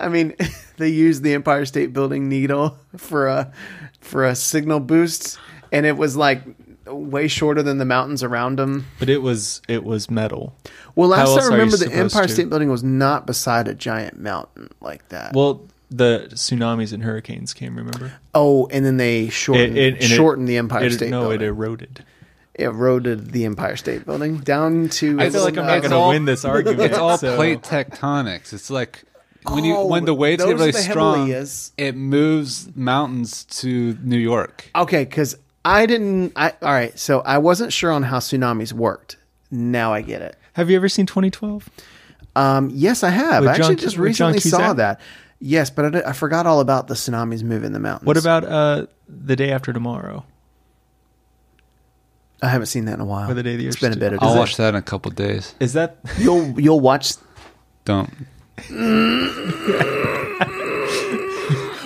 [SPEAKER 4] I mean, they used the Empire State Building needle for a for a signal boost, and it was like way shorter than the mountains around them.
[SPEAKER 5] But it was it was metal.
[SPEAKER 4] Well,
[SPEAKER 5] How
[SPEAKER 4] last
[SPEAKER 5] else
[SPEAKER 4] I
[SPEAKER 5] are you
[SPEAKER 4] remember, the
[SPEAKER 5] supposed
[SPEAKER 4] Empire
[SPEAKER 5] to?
[SPEAKER 4] State Building was not beside a giant mountain like that.
[SPEAKER 5] Well, the tsunamis and hurricanes came. Remember?
[SPEAKER 4] oh, and then they shortened
[SPEAKER 5] and
[SPEAKER 4] shortened the Empire
[SPEAKER 5] it-
[SPEAKER 4] State
[SPEAKER 5] No,
[SPEAKER 4] Building.
[SPEAKER 5] it er eroded.
[SPEAKER 4] eroded the Empire State Building down to.
[SPEAKER 5] I feel like I'm not going to win this argument.
[SPEAKER 6] It's all
[SPEAKER 5] so-
[SPEAKER 6] plate tectonics. It's like when you
[SPEAKER 4] Oh,
[SPEAKER 6] when the waves
[SPEAKER 4] those
[SPEAKER 6] get
[SPEAKER 4] are
[SPEAKER 6] really
[SPEAKER 4] the
[SPEAKER 6] strong,
[SPEAKER 4] Himalayas.
[SPEAKER 6] it moves mountains to New York.
[SPEAKER 4] Okay, because I didn't. I all right. So I wasn't sure on how tsunamis worked. Now I get it.
[SPEAKER 5] Have you ever seen 2012?
[SPEAKER 4] Um, yes, I have.
[SPEAKER 5] With
[SPEAKER 4] I actually
[SPEAKER 5] John-
[SPEAKER 4] just
[SPEAKER 5] with John
[SPEAKER 4] recently saw
[SPEAKER 5] Cusack?
[SPEAKER 4] that. Yes, but I, did- I forgot all about the tsunamis moving the mountains.
[SPEAKER 5] What about uh, the day after tomorrow?
[SPEAKER 4] I haven't seen that in a while.
[SPEAKER 5] Or the day the
[SPEAKER 4] it's been
[SPEAKER 5] Earth
[SPEAKER 4] a bit.
[SPEAKER 5] stood
[SPEAKER 4] Of
[SPEAKER 5] up?
[SPEAKER 6] I'll
[SPEAKER 5] it-
[SPEAKER 6] watch that in a couple days.
[SPEAKER 5] Is that
[SPEAKER 4] You'll you'll watch.
[SPEAKER 6] Don't.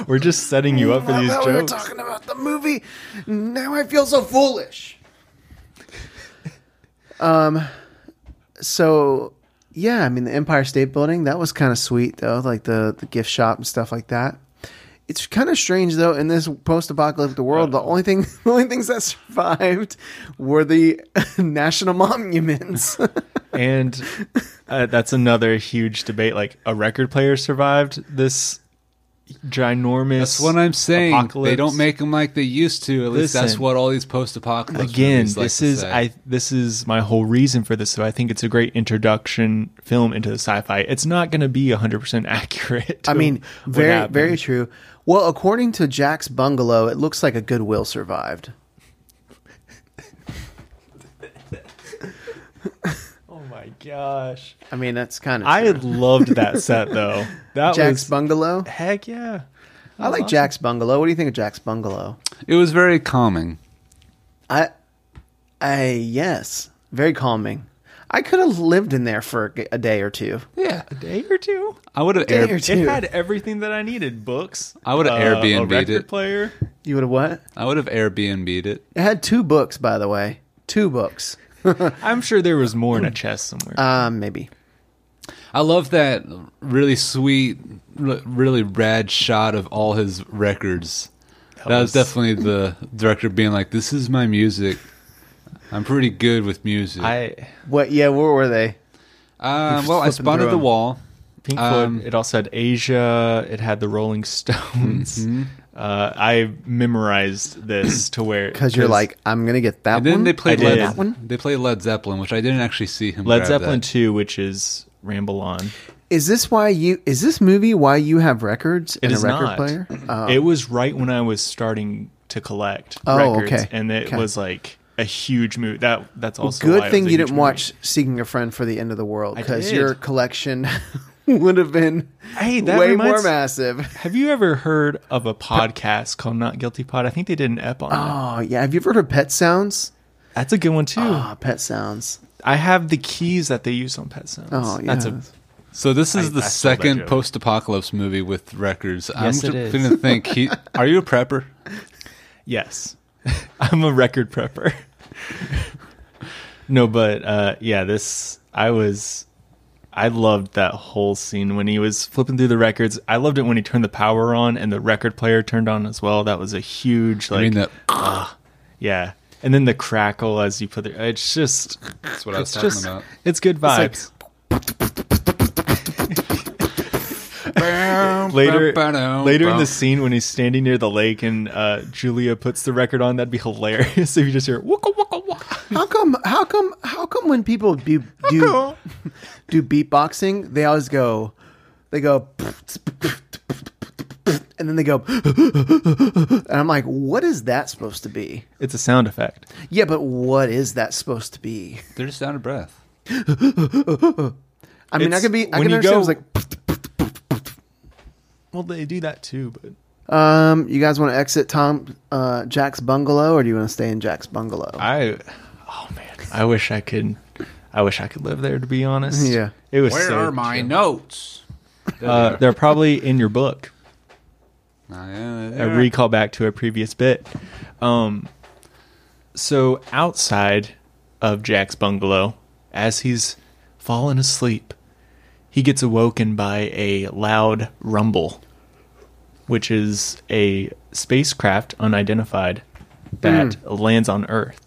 [SPEAKER 5] we're just setting you up for these
[SPEAKER 4] Now we're
[SPEAKER 5] jokes?
[SPEAKER 4] talking about the movie. Now I feel so foolish. Um, so yeah, I mean the Empire State Building that was kind of sweet though, like the the gift shop and stuff like that. It's kind of strange though in this post-apocalyptic world, the only thing the only things that survived were the national monuments.
[SPEAKER 5] And uh, that's another huge debate. Like a record player survived this ginormous.
[SPEAKER 6] That's what I'm saying. They
[SPEAKER 5] apocalypse.
[SPEAKER 6] don't make them like they used to. At least that's
[SPEAKER 5] Listen.
[SPEAKER 6] what all these post-apocalypse
[SPEAKER 5] again
[SPEAKER 6] movies like
[SPEAKER 5] this
[SPEAKER 6] to
[SPEAKER 5] is
[SPEAKER 6] say.
[SPEAKER 5] i this is my whole reason for this so i think it's a great introduction film into the sci-fi it's not going to be 100% accurate
[SPEAKER 4] I
[SPEAKER 5] to
[SPEAKER 4] mean,
[SPEAKER 5] what
[SPEAKER 4] very
[SPEAKER 5] happened.
[SPEAKER 4] very true. Well, according to Jack's bungalow, it looks like a Goodwill survived.
[SPEAKER 5] oh my gosh
[SPEAKER 4] I mean, that's kind of
[SPEAKER 5] i loved that set though that
[SPEAKER 4] Jack's
[SPEAKER 5] was
[SPEAKER 4] bungalow.
[SPEAKER 5] heck yeah
[SPEAKER 4] I like Jack's bungalow. What do you think of Jack's bungalow?
[SPEAKER 6] It was very calming.
[SPEAKER 4] I, I yes, very calming. I could have lived in there for a g- a day or two.
[SPEAKER 6] Yeah,
[SPEAKER 5] a day or two
[SPEAKER 6] I would have
[SPEAKER 4] Day or
[SPEAKER 6] air.
[SPEAKER 4] two.
[SPEAKER 5] it had everything that i needed books uh,
[SPEAKER 6] I would've
[SPEAKER 5] a
[SPEAKER 6] Airbnb'd
[SPEAKER 5] record
[SPEAKER 6] it.
[SPEAKER 5] player
[SPEAKER 4] You would have what?
[SPEAKER 6] I would have Airbnb'd it.
[SPEAKER 4] It had two books, by the way. Two books,
[SPEAKER 5] i'm sure there was more in a chest somewhere
[SPEAKER 4] um, maybe.
[SPEAKER 6] I love that really sweet, re- really rad shot of all his records. That, was,
[SPEAKER 5] was-
[SPEAKER 6] definitely the director being like, "This is my music. I'm pretty good with music."
[SPEAKER 5] i
[SPEAKER 4] What? Yeah, where were they?
[SPEAKER 6] uh, well,
[SPEAKER 4] flipping
[SPEAKER 6] I
[SPEAKER 4] through
[SPEAKER 6] spotted the
[SPEAKER 4] them.
[SPEAKER 6] wall.
[SPEAKER 5] Pink Floyd.
[SPEAKER 6] Um,
[SPEAKER 5] it also had Asia. It had the Rolling Stones.
[SPEAKER 4] Mm-hmm.
[SPEAKER 5] Uh, I memorized this to where
[SPEAKER 4] Because you're like, I'm gonna get that
[SPEAKER 6] And then
[SPEAKER 4] one.
[SPEAKER 6] they played
[SPEAKER 5] I did.
[SPEAKER 6] Led,
[SPEAKER 4] That one?
[SPEAKER 6] They played Led Zeppelin, which I didn't actually see him.
[SPEAKER 5] Led
[SPEAKER 6] grab
[SPEAKER 5] Zeppelin
[SPEAKER 6] that.
[SPEAKER 5] two, which is Ramble On.
[SPEAKER 4] Is this why you? Is this movie why you have records
[SPEAKER 5] It
[SPEAKER 4] and
[SPEAKER 5] is
[SPEAKER 4] a record
[SPEAKER 5] not.
[SPEAKER 4] player? Oh.
[SPEAKER 5] It was right when I was starting to collect
[SPEAKER 4] Oh,
[SPEAKER 5] records,
[SPEAKER 4] okay.
[SPEAKER 5] and it
[SPEAKER 4] Okay.
[SPEAKER 5] was like a huge move. That that's also why
[SPEAKER 4] Good
[SPEAKER 5] it
[SPEAKER 4] thing
[SPEAKER 5] was a
[SPEAKER 4] you
[SPEAKER 5] huge
[SPEAKER 4] didn't
[SPEAKER 5] movie.
[SPEAKER 4] watch Seeking a Friend for the End of the World
[SPEAKER 5] I
[SPEAKER 4] because
[SPEAKER 5] did.
[SPEAKER 4] your collection would have been
[SPEAKER 5] Hey, that
[SPEAKER 4] way more
[SPEAKER 5] reminds-
[SPEAKER 4] massive.
[SPEAKER 5] Have you ever heard of a podcast called Not Guilty Pod? I think they did an ep on it.
[SPEAKER 4] Oh yeah, have you ever heard of Pet Sounds?
[SPEAKER 5] That's a good one too.
[SPEAKER 4] Ah, Pet Sounds.
[SPEAKER 5] I have the keys that they use on Pet Sounds.
[SPEAKER 4] Oh yeah,
[SPEAKER 5] That's a
[SPEAKER 6] So this is
[SPEAKER 5] I-
[SPEAKER 6] the
[SPEAKER 5] I stole that
[SPEAKER 6] second
[SPEAKER 5] joke.
[SPEAKER 6] post-apocalypse movie with records.
[SPEAKER 5] Yes,
[SPEAKER 6] I'm
[SPEAKER 5] it is.
[SPEAKER 6] going to think. He, are you a prepper?
[SPEAKER 5] yes. I'm a record prepper. no, but uh, yeah, this I was. I loved that whole scene when he was flipping through the records. I loved it when he turned the power on and the record player turned on as well. That was a huge like
[SPEAKER 6] I mean that.
[SPEAKER 5] yeah. And then the crackle as you put it. It's just
[SPEAKER 6] That's what I was
[SPEAKER 5] it's
[SPEAKER 6] talking
[SPEAKER 5] just
[SPEAKER 6] about.
[SPEAKER 5] it's good
[SPEAKER 4] like-
[SPEAKER 5] vibes. later later in the scene when he's standing near the lake and uh, Julia puts the record on, that'd be hilarious if you just hear waka waka waka.
[SPEAKER 4] How come? How come? How come when people do do, do beatboxing, they always go, they go, and then they go, and I'm like, what is that supposed to be?
[SPEAKER 5] It's a sound effect.
[SPEAKER 4] Yeah, but what is that supposed to be?
[SPEAKER 6] They're just out of breath.
[SPEAKER 4] I mean, I
[SPEAKER 5] It's-
[SPEAKER 4] could be. I
[SPEAKER 5] when
[SPEAKER 4] can
[SPEAKER 5] you
[SPEAKER 4] understand.
[SPEAKER 5] go-
[SPEAKER 4] it was like,
[SPEAKER 5] Well, they do that too, but
[SPEAKER 4] um, you guys want to exit Tom uh, Jack's bungalow, or do you want to stay in Jack's bungalow?
[SPEAKER 5] I oh man, I wish I could I wish I could live there to be honest.
[SPEAKER 4] Yeah.
[SPEAKER 5] It was so chill.
[SPEAKER 6] notes?
[SPEAKER 5] Uh, they're probably in your book.
[SPEAKER 6] Uh,
[SPEAKER 5] a recall back to a previous bit. Um, so outside of Jack's bungalow, as he's fallen asleep, he gets awoken by a loud rumble, which is a spacecraft unidentified that lands on Earth.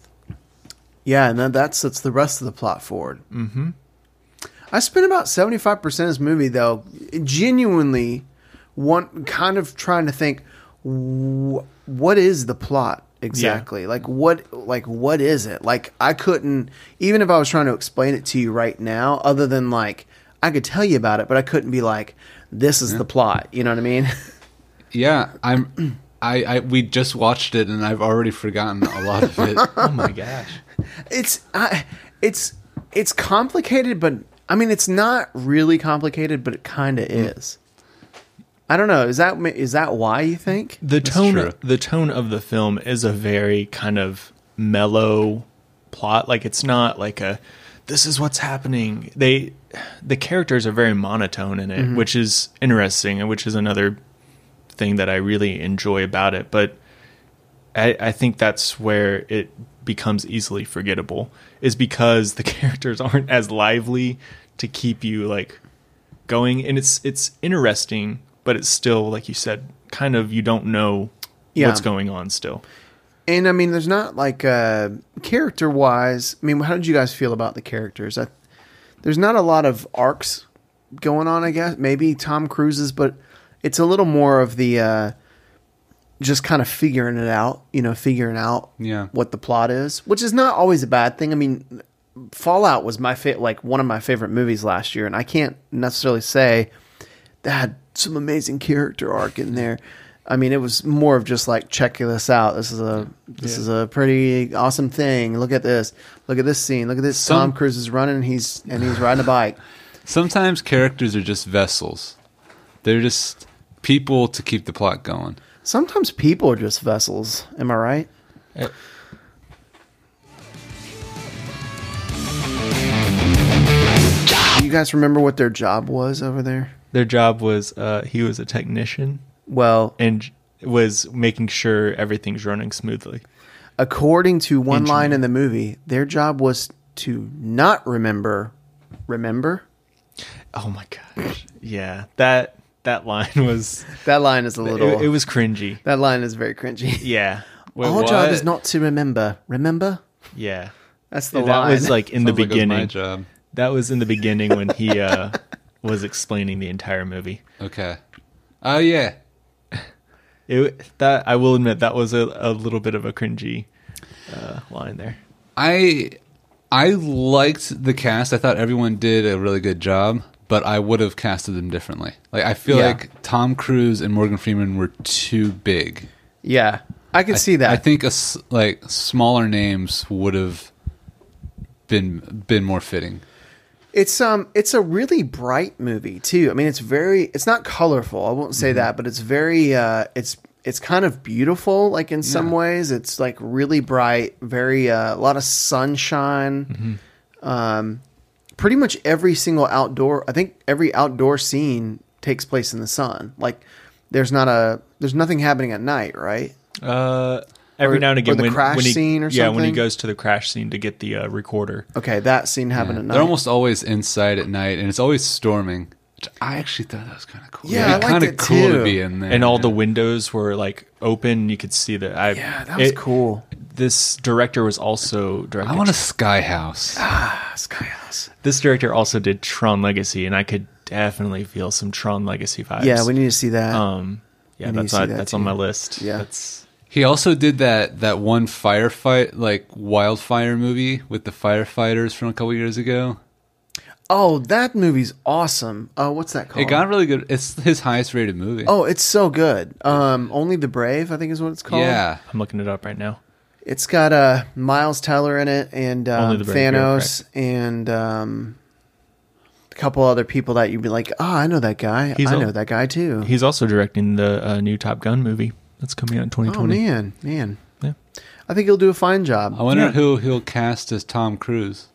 [SPEAKER 4] Yeah, and then that sets the rest of the plot forward. Mm-hmm. I spent about seventy five percent of this movie though, genuinely, one kind of trying to think, wh- what is the plot exactly? Like what? Like what is it? Like I couldn't even if I was trying to explain it to you right now, other than like I could tell you about it, but I couldn't be like, this is the plot. You know what I mean?
[SPEAKER 6] Yeah, I'm. I, I we just watched it and I've already forgotten a lot of it.
[SPEAKER 5] Oh my gosh!
[SPEAKER 4] it's I, it's it's complicated, but I mean, it's not really complicated, but it kind of is. I don't know. Is that is that why you think?
[SPEAKER 5] The tone,
[SPEAKER 6] true.
[SPEAKER 5] the tone of the film is a very kind of mellow plot. Like it's not like a this is what's happening. They the characters are very monotone in it, which is interesting and which is another thing that I really enjoy about it. But I, I think that's where it becomes easily forgettable is because the characters aren't as lively to keep you like going and it's it's interesting but it's still like you said kind of you don't know
[SPEAKER 4] Yeah.
[SPEAKER 5] what's going on still
[SPEAKER 4] And I mean, there's not like uh, character wise. I mean, how did you guys feel about the characters? I, there's not a lot of arcs going on. I guess maybe Tom Cruise's, but it's a little more of the uh, just kind of figuring it out. You know, figuring out
[SPEAKER 6] Yeah.
[SPEAKER 4] what the plot is, which is not always a bad thing. I mean, Fallout was my fa- like one of my favorite movies last year, and I can't necessarily say that had some amazing character arc in there. I mean, it was more of just like check this out. This is a this is a pretty awesome thing. Look at this. Look at this scene. Look at this.
[SPEAKER 6] Some-
[SPEAKER 4] Tom Cruise is running. He's and he's riding a bike.
[SPEAKER 6] Sometimes characters are just vessels. They're just people to keep the plot going.
[SPEAKER 4] Sometimes people are just vessels. Am I right? You guys remember what their job was over there?
[SPEAKER 5] their job was uh he was a technician
[SPEAKER 4] Well,
[SPEAKER 5] and was making sure everything's running smoothly
[SPEAKER 4] according to one
[SPEAKER 5] Engineer.
[SPEAKER 4] line in the movie, their job was to not remember. Remember
[SPEAKER 5] oh my gosh yeah that that line was
[SPEAKER 4] that line is a little.
[SPEAKER 5] it, it was cringy
[SPEAKER 4] that line is very cringy.
[SPEAKER 5] yeah Wait,
[SPEAKER 4] Our job
[SPEAKER 5] what?
[SPEAKER 4] is not to remember. Remember.
[SPEAKER 5] yeah
[SPEAKER 4] That's the
[SPEAKER 5] that
[SPEAKER 4] line.
[SPEAKER 5] was like in
[SPEAKER 6] Sounds
[SPEAKER 5] the
[SPEAKER 6] like it was
[SPEAKER 5] beginning
[SPEAKER 6] my job.
[SPEAKER 5] that was in the beginning when he uh was explaining the entire movie
[SPEAKER 6] Okay. Oh yeah.
[SPEAKER 5] It that I will admit that was a, a little bit of a cringy uh, line there.
[SPEAKER 6] I I liked the cast. I thought everyone did a really good job, but I would have casted them differently. Like I feel
[SPEAKER 4] Yeah.
[SPEAKER 6] like Tom Cruise and Morgan Freeman were too big.
[SPEAKER 4] Yeah, I could see that.
[SPEAKER 6] I think a s like smaller names would have been been more fitting.
[SPEAKER 4] It's um, it's a really bright movie too. I mean, it's very, it's not colorful. I won't
[SPEAKER 5] Mm-hmm.
[SPEAKER 4] say that, but it's very, uh, it's it's kind of beautiful. Like in some ways, it's like really bright, very uh, a lot of sunshine. Um,
[SPEAKER 5] Mm-hmm.
[SPEAKER 4] pretty much every single outdoor, I think every outdoor scene takes place in the sun. Like there's not a, there's nothing happening at night, right?
[SPEAKER 5] Uh, every
[SPEAKER 4] Or-
[SPEAKER 5] now and
[SPEAKER 4] or
[SPEAKER 5] again,
[SPEAKER 4] the
[SPEAKER 5] when,
[SPEAKER 4] crash
[SPEAKER 5] when he,
[SPEAKER 4] scene or
[SPEAKER 5] yeah, when he
[SPEAKER 4] something?
[SPEAKER 5] goes to the crash scene to get the uh, recorder.
[SPEAKER 4] Okay, that scene happened at night.
[SPEAKER 6] They're almost always inside at night, and it's always storming. Which I actually thought that was kind of cool.
[SPEAKER 4] Yeah, I liked
[SPEAKER 6] kind of
[SPEAKER 4] it
[SPEAKER 6] cool
[SPEAKER 4] too.
[SPEAKER 6] to be in there.
[SPEAKER 5] and all the windows were like open. You could see that. I,
[SPEAKER 4] yeah, that was
[SPEAKER 5] it-
[SPEAKER 4] cool.
[SPEAKER 5] This director was also directed.
[SPEAKER 6] I want a sky house.
[SPEAKER 4] Ah, Skyhouse.
[SPEAKER 5] This director also did Tron Legacy, and I could definitely feel some Tron Legacy vibes.
[SPEAKER 4] Yeah, we need to see that.
[SPEAKER 5] Um, yeah,
[SPEAKER 4] We need
[SPEAKER 5] that's
[SPEAKER 4] to see
[SPEAKER 5] on,
[SPEAKER 4] that
[SPEAKER 5] that's
[SPEAKER 4] too.
[SPEAKER 5] on my list.
[SPEAKER 4] Yeah.
[SPEAKER 5] that's
[SPEAKER 6] He also did that that one firefight like wildfire movie with the firefighters from a couple years ago.
[SPEAKER 4] Oh, that movie's awesome. Uh, what's that called?
[SPEAKER 6] It got really good. It's his highest rated movie.
[SPEAKER 4] oh, it's so good. Um, Only the Brave, I think is what it's called.
[SPEAKER 6] yeah.
[SPEAKER 5] I'm looking it up right now.
[SPEAKER 4] It's got uh, Miles Teller in it and
[SPEAKER 5] Only
[SPEAKER 4] um,
[SPEAKER 5] the Brave, you're
[SPEAKER 4] Thanos and um, a couple other people that you'd be like, oh, I know that guy.
[SPEAKER 5] He's
[SPEAKER 4] I
[SPEAKER 5] a-
[SPEAKER 4] know that guy too.
[SPEAKER 5] He's also directing the uh, new Top Gun movie that's coming out in
[SPEAKER 4] oh,
[SPEAKER 5] 2020.
[SPEAKER 4] man. Man.
[SPEAKER 5] Yeah.
[SPEAKER 4] I think he'll do a fine job.
[SPEAKER 6] I wonder
[SPEAKER 5] Yeah.
[SPEAKER 6] who he'll cast as Tom Cruise.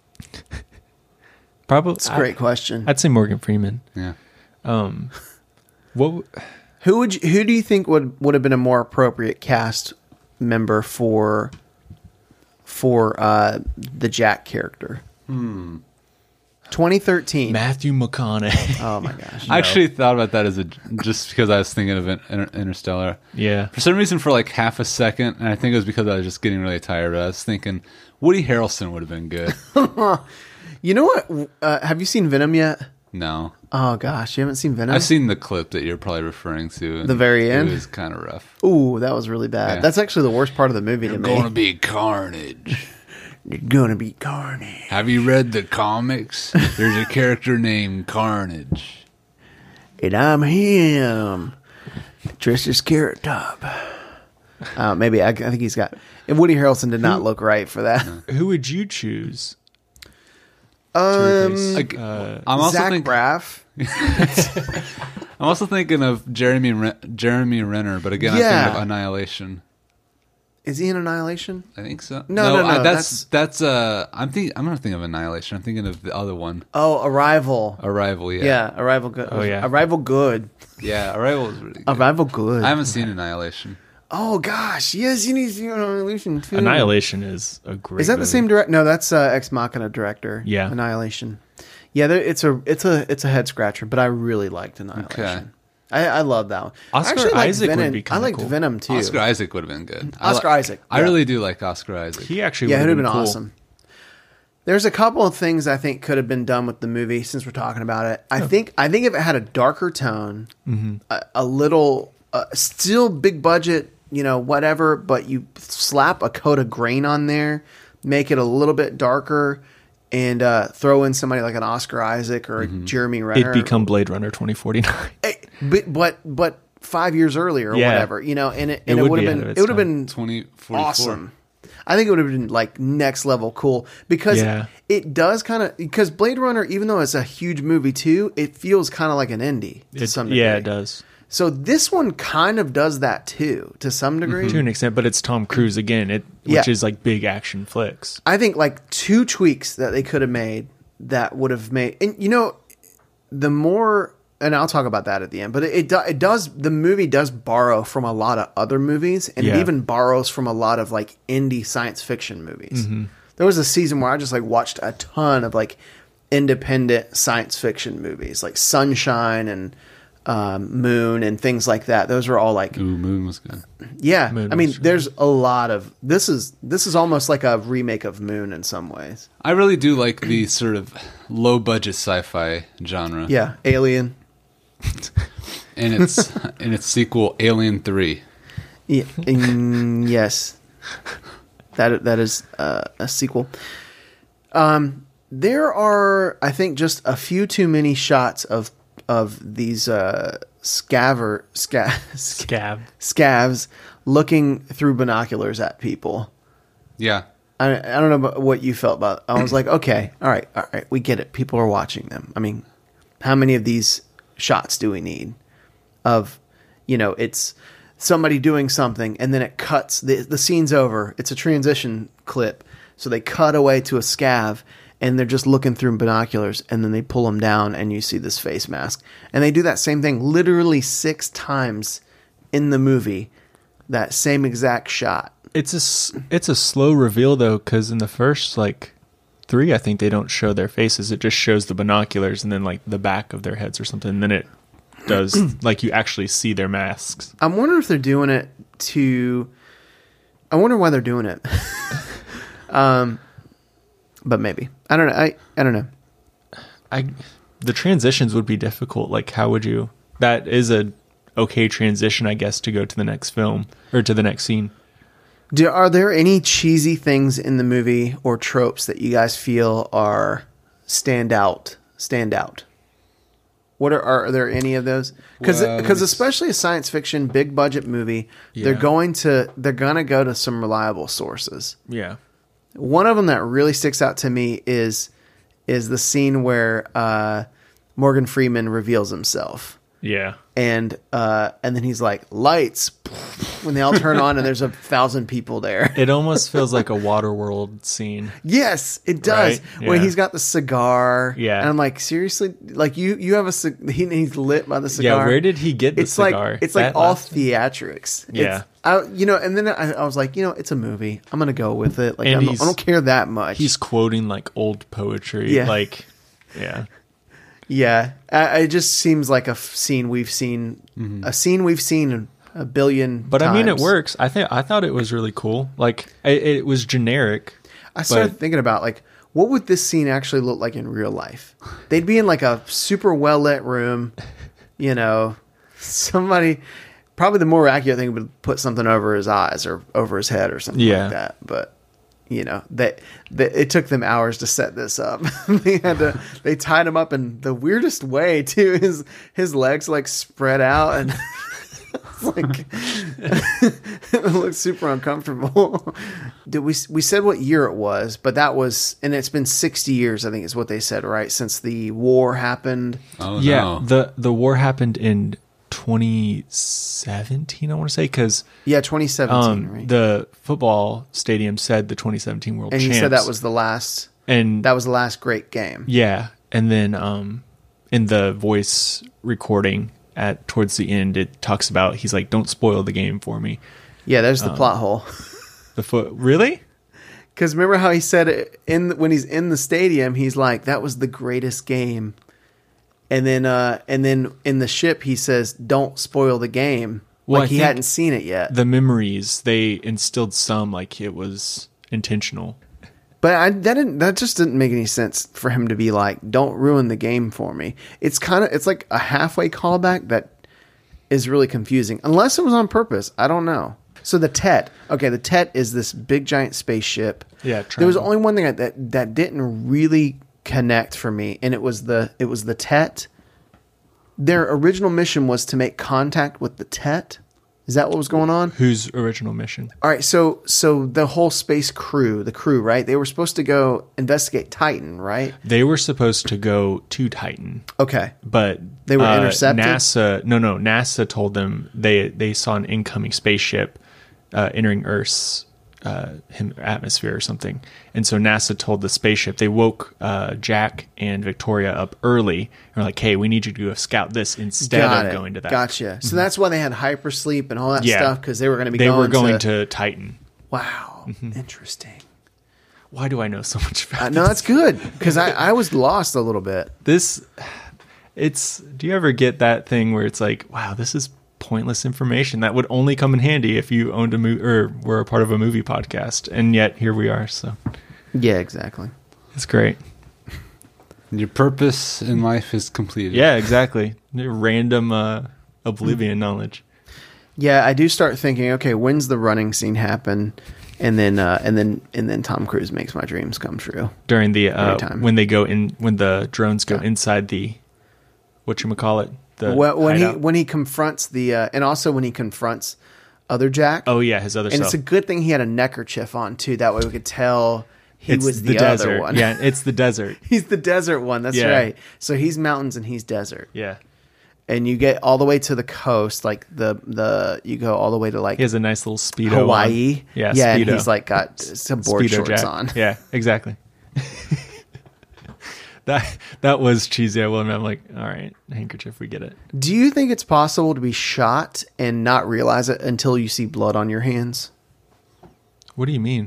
[SPEAKER 5] Probably,
[SPEAKER 4] It's a great question.
[SPEAKER 5] I, would say Morgan Freeman.
[SPEAKER 6] Yeah.
[SPEAKER 5] What? w-
[SPEAKER 4] who would you, who do you think would would have been a more appropriate cast member for for uh, the Jack character? Hmm. 2013.
[SPEAKER 5] Matthew McConaughey.
[SPEAKER 4] Oh my gosh.
[SPEAKER 6] I actually thought about that as a just because I was thinking of an inter- Interstellar.
[SPEAKER 5] yeah,
[SPEAKER 6] For some reason, for like half a second, and I think it was because I was just getting really tired. I was thinking Woody Harrelson would have been good.
[SPEAKER 4] You know what? Uh, have you seen Venom yet?
[SPEAKER 6] no,
[SPEAKER 4] Oh gosh, you haven't seen Venom.
[SPEAKER 6] I've seen the clip that you're probably referring to. and
[SPEAKER 4] The very end?
[SPEAKER 6] It was kind of rough.
[SPEAKER 4] Ooh, that was really bad.
[SPEAKER 6] Yeah.
[SPEAKER 4] That's actually the worst part of the movie to me.
[SPEAKER 6] be carnage.
[SPEAKER 4] You're gonna be carnage.
[SPEAKER 6] Have you read the comics? There's a character named Carnage.
[SPEAKER 4] and I'm him, dressed as Carrot Top. Uh, maybe I, I think he's got. And Woody Harrelson did not look right for that.
[SPEAKER 5] who would you choose?
[SPEAKER 4] Um,
[SPEAKER 6] Like, I'm also
[SPEAKER 4] Zach
[SPEAKER 6] think-
[SPEAKER 4] Braff.
[SPEAKER 6] I'm also thinking of Jeremy Ren- Jeremy Renner, but again, I'm
[SPEAKER 4] Yeah.
[SPEAKER 6] thinking of Annihilation.
[SPEAKER 4] Is he in Annihilation?
[SPEAKER 6] I think so.
[SPEAKER 4] No, no,
[SPEAKER 6] I-
[SPEAKER 4] no,
[SPEAKER 6] that's that's, uh, I'm think I'm not thinking of Annihilation. I'm thinking of the other one,
[SPEAKER 4] Oh, Arrival.
[SPEAKER 6] Arrival. Yeah,
[SPEAKER 4] yeah. Arrival good.
[SPEAKER 5] Oh, yeah.
[SPEAKER 4] Arrival good.
[SPEAKER 6] Yeah, Arrival is really. Good.
[SPEAKER 4] Arrival good.
[SPEAKER 6] I haven't seen Annihilation.
[SPEAKER 4] oh gosh, yes, you need to see Annihilation too.
[SPEAKER 5] Annihilation is a great.
[SPEAKER 4] Is that the
[SPEAKER 5] movie.
[SPEAKER 4] same director? No, that's uh, Ex Machina director.
[SPEAKER 5] Yeah.
[SPEAKER 4] Annihilation. Yeah, there, it's a it's a it's a head scratcher, but I really liked Annihilation.
[SPEAKER 6] Okay.
[SPEAKER 4] I, I love that one. I
[SPEAKER 5] Oscar
[SPEAKER 4] actually liked
[SPEAKER 5] Isaac would
[SPEAKER 4] Venom.
[SPEAKER 5] be
[SPEAKER 4] I
[SPEAKER 5] kinda
[SPEAKER 4] liked
[SPEAKER 5] cool.
[SPEAKER 4] Venom too.
[SPEAKER 6] Oscar Isaac would have been good. I
[SPEAKER 4] Oscar Isaac,
[SPEAKER 6] I
[SPEAKER 4] yeah.
[SPEAKER 6] really do like Oscar Isaac.
[SPEAKER 5] He actually.
[SPEAKER 4] yeah, it
[SPEAKER 5] would
[SPEAKER 4] would have been
[SPEAKER 5] cool.
[SPEAKER 4] awesome. There's a couple of things I think could have been done with the movie since we're talking about it. I think I think if it had a darker tone,
[SPEAKER 5] Mm-hmm.
[SPEAKER 4] a, a little, uh, still big budget, you know, whatever, but you slap a coat of grain on there, make it a little bit darker, and uh, throw in somebody like an Oscar Isaac or a Jeremy Renner.
[SPEAKER 5] It'd Mm-hmm. become Blade Runner 2049.
[SPEAKER 4] Eh, but but but five years earlier or
[SPEAKER 5] Yeah.
[SPEAKER 4] whatever, you know, and it, and it,
[SPEAKER 5] would
[SPEAKER 4] would
[SPEAKER 5] be
[SPEAKER 4] have
[SPEAKER 5] ahead
[SPEAKER 4] been
[SPEAKER 5] of
[SPEAKER 4] it
[SPEAKER 5] its
[SPEAKER 4] would have
[SPEAKER 5] time.
[SPEAKER 4] been
[SPEAKER 6] 2044.
[SPEAKER 4] awesome. I think it would have been like next level cool because
[SPEAKER 5] Yeah.
[SPEAKER 4] it does kind of because Blade Runner, even though it's a huge movie too, it feels kind of like an indie to
[SPEAKER 5] It-
[SPEAKER 4] some degree.
[SPEAKER 5] yeah, it does
[SPEAKER 4] So this one kind of does that too to some degree.
[SPEAKER 5] to an extent, but it's Tom Cruise again. It which
[SPEAKER 4] Yeah.
[SPEAKER 5] is like big action flicks.
[SPEAKER 4] I think like two tweaks that they could have made that would have made and you know the more and I'll talk about that at the end, but it it, do, it does the movie does borrow from a lot of other movies and
[SPEAKER 5] Yeah.
[SPEAKER 4] it even borrows from a lot of like indie science fiction movies. There was a season where I just like watched a ton of like independent science fiction movies like Sunshine and um, Moon and things like that. Those were all like
[SPEAKER 6] Ooh, Moon was good.
[SPEAKER 4] yeah,
[SPEAKER 5] Moon
[SPEAKER 4] I mean,
[SPEAKER 5] was-
[SPEAKER 4] there's a lot of this is this is almost like a remake of Moon in some ways.
[SPEAKER 6] I really do like the sort of low budget sci-fi genre.
[SPEAKER 4] Yeah, Alien.
[SPEAKER 6] and its and its sequel Alien Three.
[SPEAKER 4] Yeah, mm, yes, that that is uh, a sequel. Um, there are I think just a few too many shots of of these uh, scaver sca,
[SPEAKER 5] Scab.
[SPEAKER 4] scavs looking through binoculars at people.
[SPEAKER 6] Yeah.
[SPEAKER 4] I, I don't know about what you felt about. I was like, okay, all right, all right, we get it. People are watching them. I mean, how many of these shots do we need? Of, you know, it's somebody doing something, and then it cuts. the The scene's over. It's a transition clip, so they cut away to a scav, and they're just looking through binoculars, and then they pull them down, and you see this face mask, and they do that same thing literally six times in the movie. That same exact shot.
[SPEAKER 5] It's a s- it's a slow reveal though, because in the first like three, I think they don't show their faces. It just shows the binoculars and then like the back of their heads or something. And then it does like you actually see their masks.
[SPEAKER 4] I'm wondering if they're doing it to. I wonder why they're doing it. um, but maybe I don't know. I I don't know.
[SPEAKER 5] I the transitions would be difficult. Like how would you? That is a okay transition, I guess, to go to the next film or to the next scene.
[SPEAKER 4] Do, are there any cheesy things in the movie or tropes that you guys feel are stand out? Stand out. What are are there any of those? Because
[SPEAKER 6] Well, let me s-
[SPEAKER 4] especially a science fiction big budget movie, they're
[SPEAKER 5] Yeah.
[SPEAKER 4] going to they're gonna go to some reliable sources.
[SPEAKER 5] Yeah.
[SPEAKER 4] one of them that really sticks out to me is is the scene where uh, Morgan Freeman reveals himself,
[SPEAKER 5] Yeah.
[SPEAKER 4] and uh, and then he's like lights when they all turn on, and there's a thousand people there.
[SPEAKER 5] It almost feels like a Waterworld scene.
[SPEAKER 4] Yes, it does.
[SPEAKER 5] Right?
[SPEAKER 4] When
[SPEAKER 5] Yeah.
[SPEAKER 4] he's got the cigar,
[SPEAKER 5] Yeah.
[SPEAKER 4] and I'm like, seriously, like you you have a cig- he, he's lit by the cigar.
[SPEAKER 5] Yeah, where did he get the
[SPEAKER 4] it's
[SPEAKER 5] cigar?
[SPEAKER 4] like it's
[SPEAKER 5] That
[SPEAKER 4] like all
[SPEAKER 5] last-
[SPEAKER 4] theatrics.
[SPEAKER 5] Yeah.
[SPEAKER 4] it's, I, you know, and then I, I was like, you know, it's a movie. I'm gonna go with it. Like
[SPEAKER 5] And
[SPEAKER 4] I'm, I
[SPEAKER 5] he's-
[SPEAKER 4] don't care that much.
[SPEAKER 5] he's quoting like old poetry.
[SPEAKER 4] Yeah.
[SPEAKER 5] Like, yeah,
[SPEAKER 4] Yeah, I, it just seems like a f- scene we've seen, a scene we've seen a billion.
[SPEAKER 5] Mm-hmm. but I mean, it
[SPEAKER 4] times.
[SPEAKER 5] works. I think I thought it was really cool. Like, it, it was generic.
[SPEAKER 4] I started
[SPEAKER 5] but-
[SPEAKER 4] thinking about like, what would this scene actually look like in real life? They'd be in like a super well lit room, you know, somebody. Probably the more accurate thing would put something over his eyes or over his head or something
[SPEAKER 5] Yeah.
[SPEAKER 4] like that. But you know, they, they it took them hours to set this up. they had to they tied him up in the weirdest way too. His his legs like spread out and. It's like it looks super uncomfortable. Did we we said what year it was, but that was and it's been 60 years I think is what they said, right? Since the war happened.
[SPEAKER 6] Oh
[SPEAKER 5] yeah,
[SPEAKER 6] no.
[SPEAKER 5] the the war happened in 2017. I want to say because
[SPEAKER 4] Yeah, 2017,
[SPEAKER 5] um,
[SPEAKER 4] right?
[SPEAKER 5] the football stadium said the 2017 World
[SPEAKER 4] and you
[SPEAKER 5] Champs,
[SPEAKER 4] said that was the last
[SPEAKER 5] and
[SPEAKER 4] that was the last great game.
[SPEAKER 5] yeah, and then um, in the voice recording at towards the end, it talks about he's like, "Don't spoil the game for me."
[SPEAKER 4] Yeah, there's
[SPEAKER 5] um,
[SPEAKER 4] the plot hole.
[SPEAKER 5] The foot really.
[SPEAKER 4] Cuz remember how he said it in when he's in the stadium, he's like that was the greatest game. And then uh and then in the ship he says don't spoil the game.
[SPEAKER 5] Well,
[SPEAKER 4] like
[SPEAKER 5] I
[SPEAKER 4] he
[SPEAKER 5] think
[SPEAKER 4] hadn't seen it yet.
[SPEAKER 5] the memories they instilled some like it was intentional
[SPEAKER 4] But I, that didn't, that just didn't make any sense for him to be like, "Don't ruin the game for me." It's kind of it's like a halfway callback that is really confusing. Unless it was on purpose, I don't know. So the Tet, okay, the Tet is this big giant spaceship.
[SPEAKER 5] Yeah,
[SPEAKER 4] there was
[SPEAKER 5] triangle.
[SPEAKER 4] only one thing that, that that didn't really connect for me, and it was the it was the Tet. Their original mission was to make contact with the Tet. Is that what was going on?
[SPEAKER 5] whose original mission
[SPEAKER 4] All right, so so the whole space crew, the crew, right? They were supposed to go investigate Titan, right?
[SPEAKER 5] they were supposed to go to titan
[SPEAKER 4] Okay.
[SPEAKER 5] but uh,
[SPEAKER 4] They were intercepted?
[SPEAKER 5] nasa no no nasa told them they they saw an incoming spaceship uh, entering earth's uh, him, atmosphere or something and so nasa told the spaceship they woke uh, jack and victoria up early and were like hey we need you to go scout this instead
[SPEAKER 4] Got
[SPEAKER 5] of
[SPEAKER 4] it.
[SPEAKER 5] going to that Mm-hmm.
[SPEAKER 4] Gotcha. So that's why they had hypersleep and all that
[SPEAKER 5] Yeah.
[SPEAKER 4] stuff because they were going to be
[SPEAKER 5] they
[SPEAKER 4] going
[SPEAKER 5] were going
[SPEAKER 4] to,
[SPEAKER 5] to Mm-hmm. titan
[SPEAKER 4] Wow. Interesting.
[SPEAKER 5] why do i know so much about
[SPEAKER 4] Uh, no, that's good because I, I was lost a little bit.
[SPEAKER 5] this it's do you ever get that thing where it's like wow this is pointless information that would only come in handy if you owned a movie or were a part of a movie podcast and yet here we are so
[SPEAKER 4] Yeah, exactly.
[SPEAKER 5] it's great
[SPEAKER 6] Your purpose in life is completed.
[SPEAKER 5] yeah exactly random uh oblivion knowledge
[SPEAKER 4] Yeah, I do start thinking, okay, when's the running scene happen? and then uh, and then and then Tom Cruise makes my dreams come true.
[SPEAKER 5] during the uh,
[SPEAKER 4] Every time.
[SPEAKER 5] when they go in when the drones go
[SPEAKER 4] Yeah.
[SPEAKER 5] inside the what you call it the
[SPEAKER 4] Well, when he
[SPEAKER 5] hideout.
[SPEAKER 4] when he confronts the uh, and also when he confronts other Jack.
[SPEAKER 5] oh yeah his other
[SPEAKER 4] and
[SPEAKER 5] self
[SPEAKER 4] it's a good thing he had a neckerchief on too. That way we could tell he
[SPEAKER 5] It's
[SPEAKER 4] was the,
[SPEAKER 5] desert
[SPEAKER 4] other one.
[SPEAKER 5] yeah it's the desert
[SPEAKER 4] he's the desert one. That's
[SPEAKER 5] Yeah.
[SPEAKER 4] right. So he's mountains and he's desert.
[SPEAKER 5] yeah
[SPEAKER 4] And you get all the way to the coast, like the the you go all the way to like
[SPEAKER 5] he has a nice little speedo on.
[SPEAKER 4] Hawaii.
[SPEAKER 5] yeah
[SPEAKER 4] yeah. And
[SPEAKER 5] Speedo.
[SPEAKER 4] he's like got some board
[SPEAKER 5] Speedo
[SPEAKER 4] shorts
[SPEAKER 5] Jack.
[SPEAKER 4] on.
[SPEAKER 5] yeah exactly that that was cheesy I will admit I'm like all right handkerchief we get it
[SPEAKER 4] Do you think it's possible to be shot and not realize it until you see blood on your hands?
[SPEAKER 5] what do you mean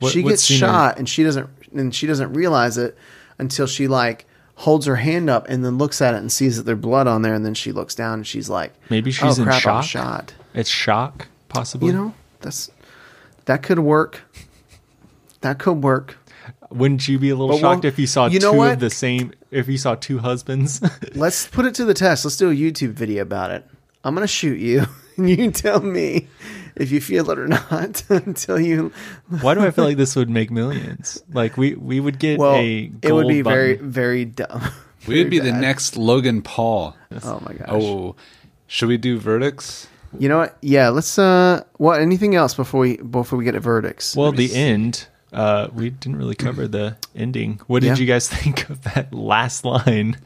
[SPEAKER 5] What-
[SPEAKER 4] she
[SPEAKER 5] what
[SPEAKER 4] gets
[SPEAKER 5] scene are-
[SPEAKER 4] shot and she doesn't and she doesn't realize it until she like holds her hand up and then looks at it and sees that there's blood on there and then she looks down and she's like
[SPEAKER 5] Maybe she's in
[SPEAKER 4] Oh, crap, I'm
[SPEAKER 5] shock."
[SPEAKER 4] shot
[SPEAKER 5] it's shock possibly
[SPEAKER 4] you know that's that could work that could work
[SPEAKER 5] Wouldn't you be a little
[SPEAKER 4] But
[SPEAKER 5] shocked
[SPEAKER 4] won't-
[SPEAKER 5] if you saw
[SPEAKER 4] you
[SPEAKER 5] two
[SPEAKER 4] know
[SPEAKER 5] of
[SPEAKER 4] what?
[SPEAKER 5] the same? If you saw two husbands,
[SPEAKER 4] let's put it to the test let's do a youtube video about it i'm gonna shoot you and you tell me if you feel it or not until you
[SPEAKER 5] why do I feel like this would make millions? Like we we would get
[SPEAKER 4] well
[SPEAKER 5] a
[SPEAKER 4] it
[SPEAKER 5] gold
[SPEAKER 4] would be
[SPEAKER 5] button.
[SPEAKER 4] very very dumb
[SPEAKER 6] We would be
[SPEAKER 4] Very
[SPEAKER 6] the
[SPEAKER 4] bad.
[SPEAKER 6] next Logan Paul.
[SPEAKER 4] oh my gosh
[SPEAKER 6] Oh, should we do verdicts?
[SPEAKER 4] You know what? Yeah, let's uh what anything else before we before we get to verdicts.
[SPEAKER 5] well. The end. Uh, we didn't really cover the ending. What did
[SPEAKER 4] Yeah.
[SPEAKER 5] you guys think of that last line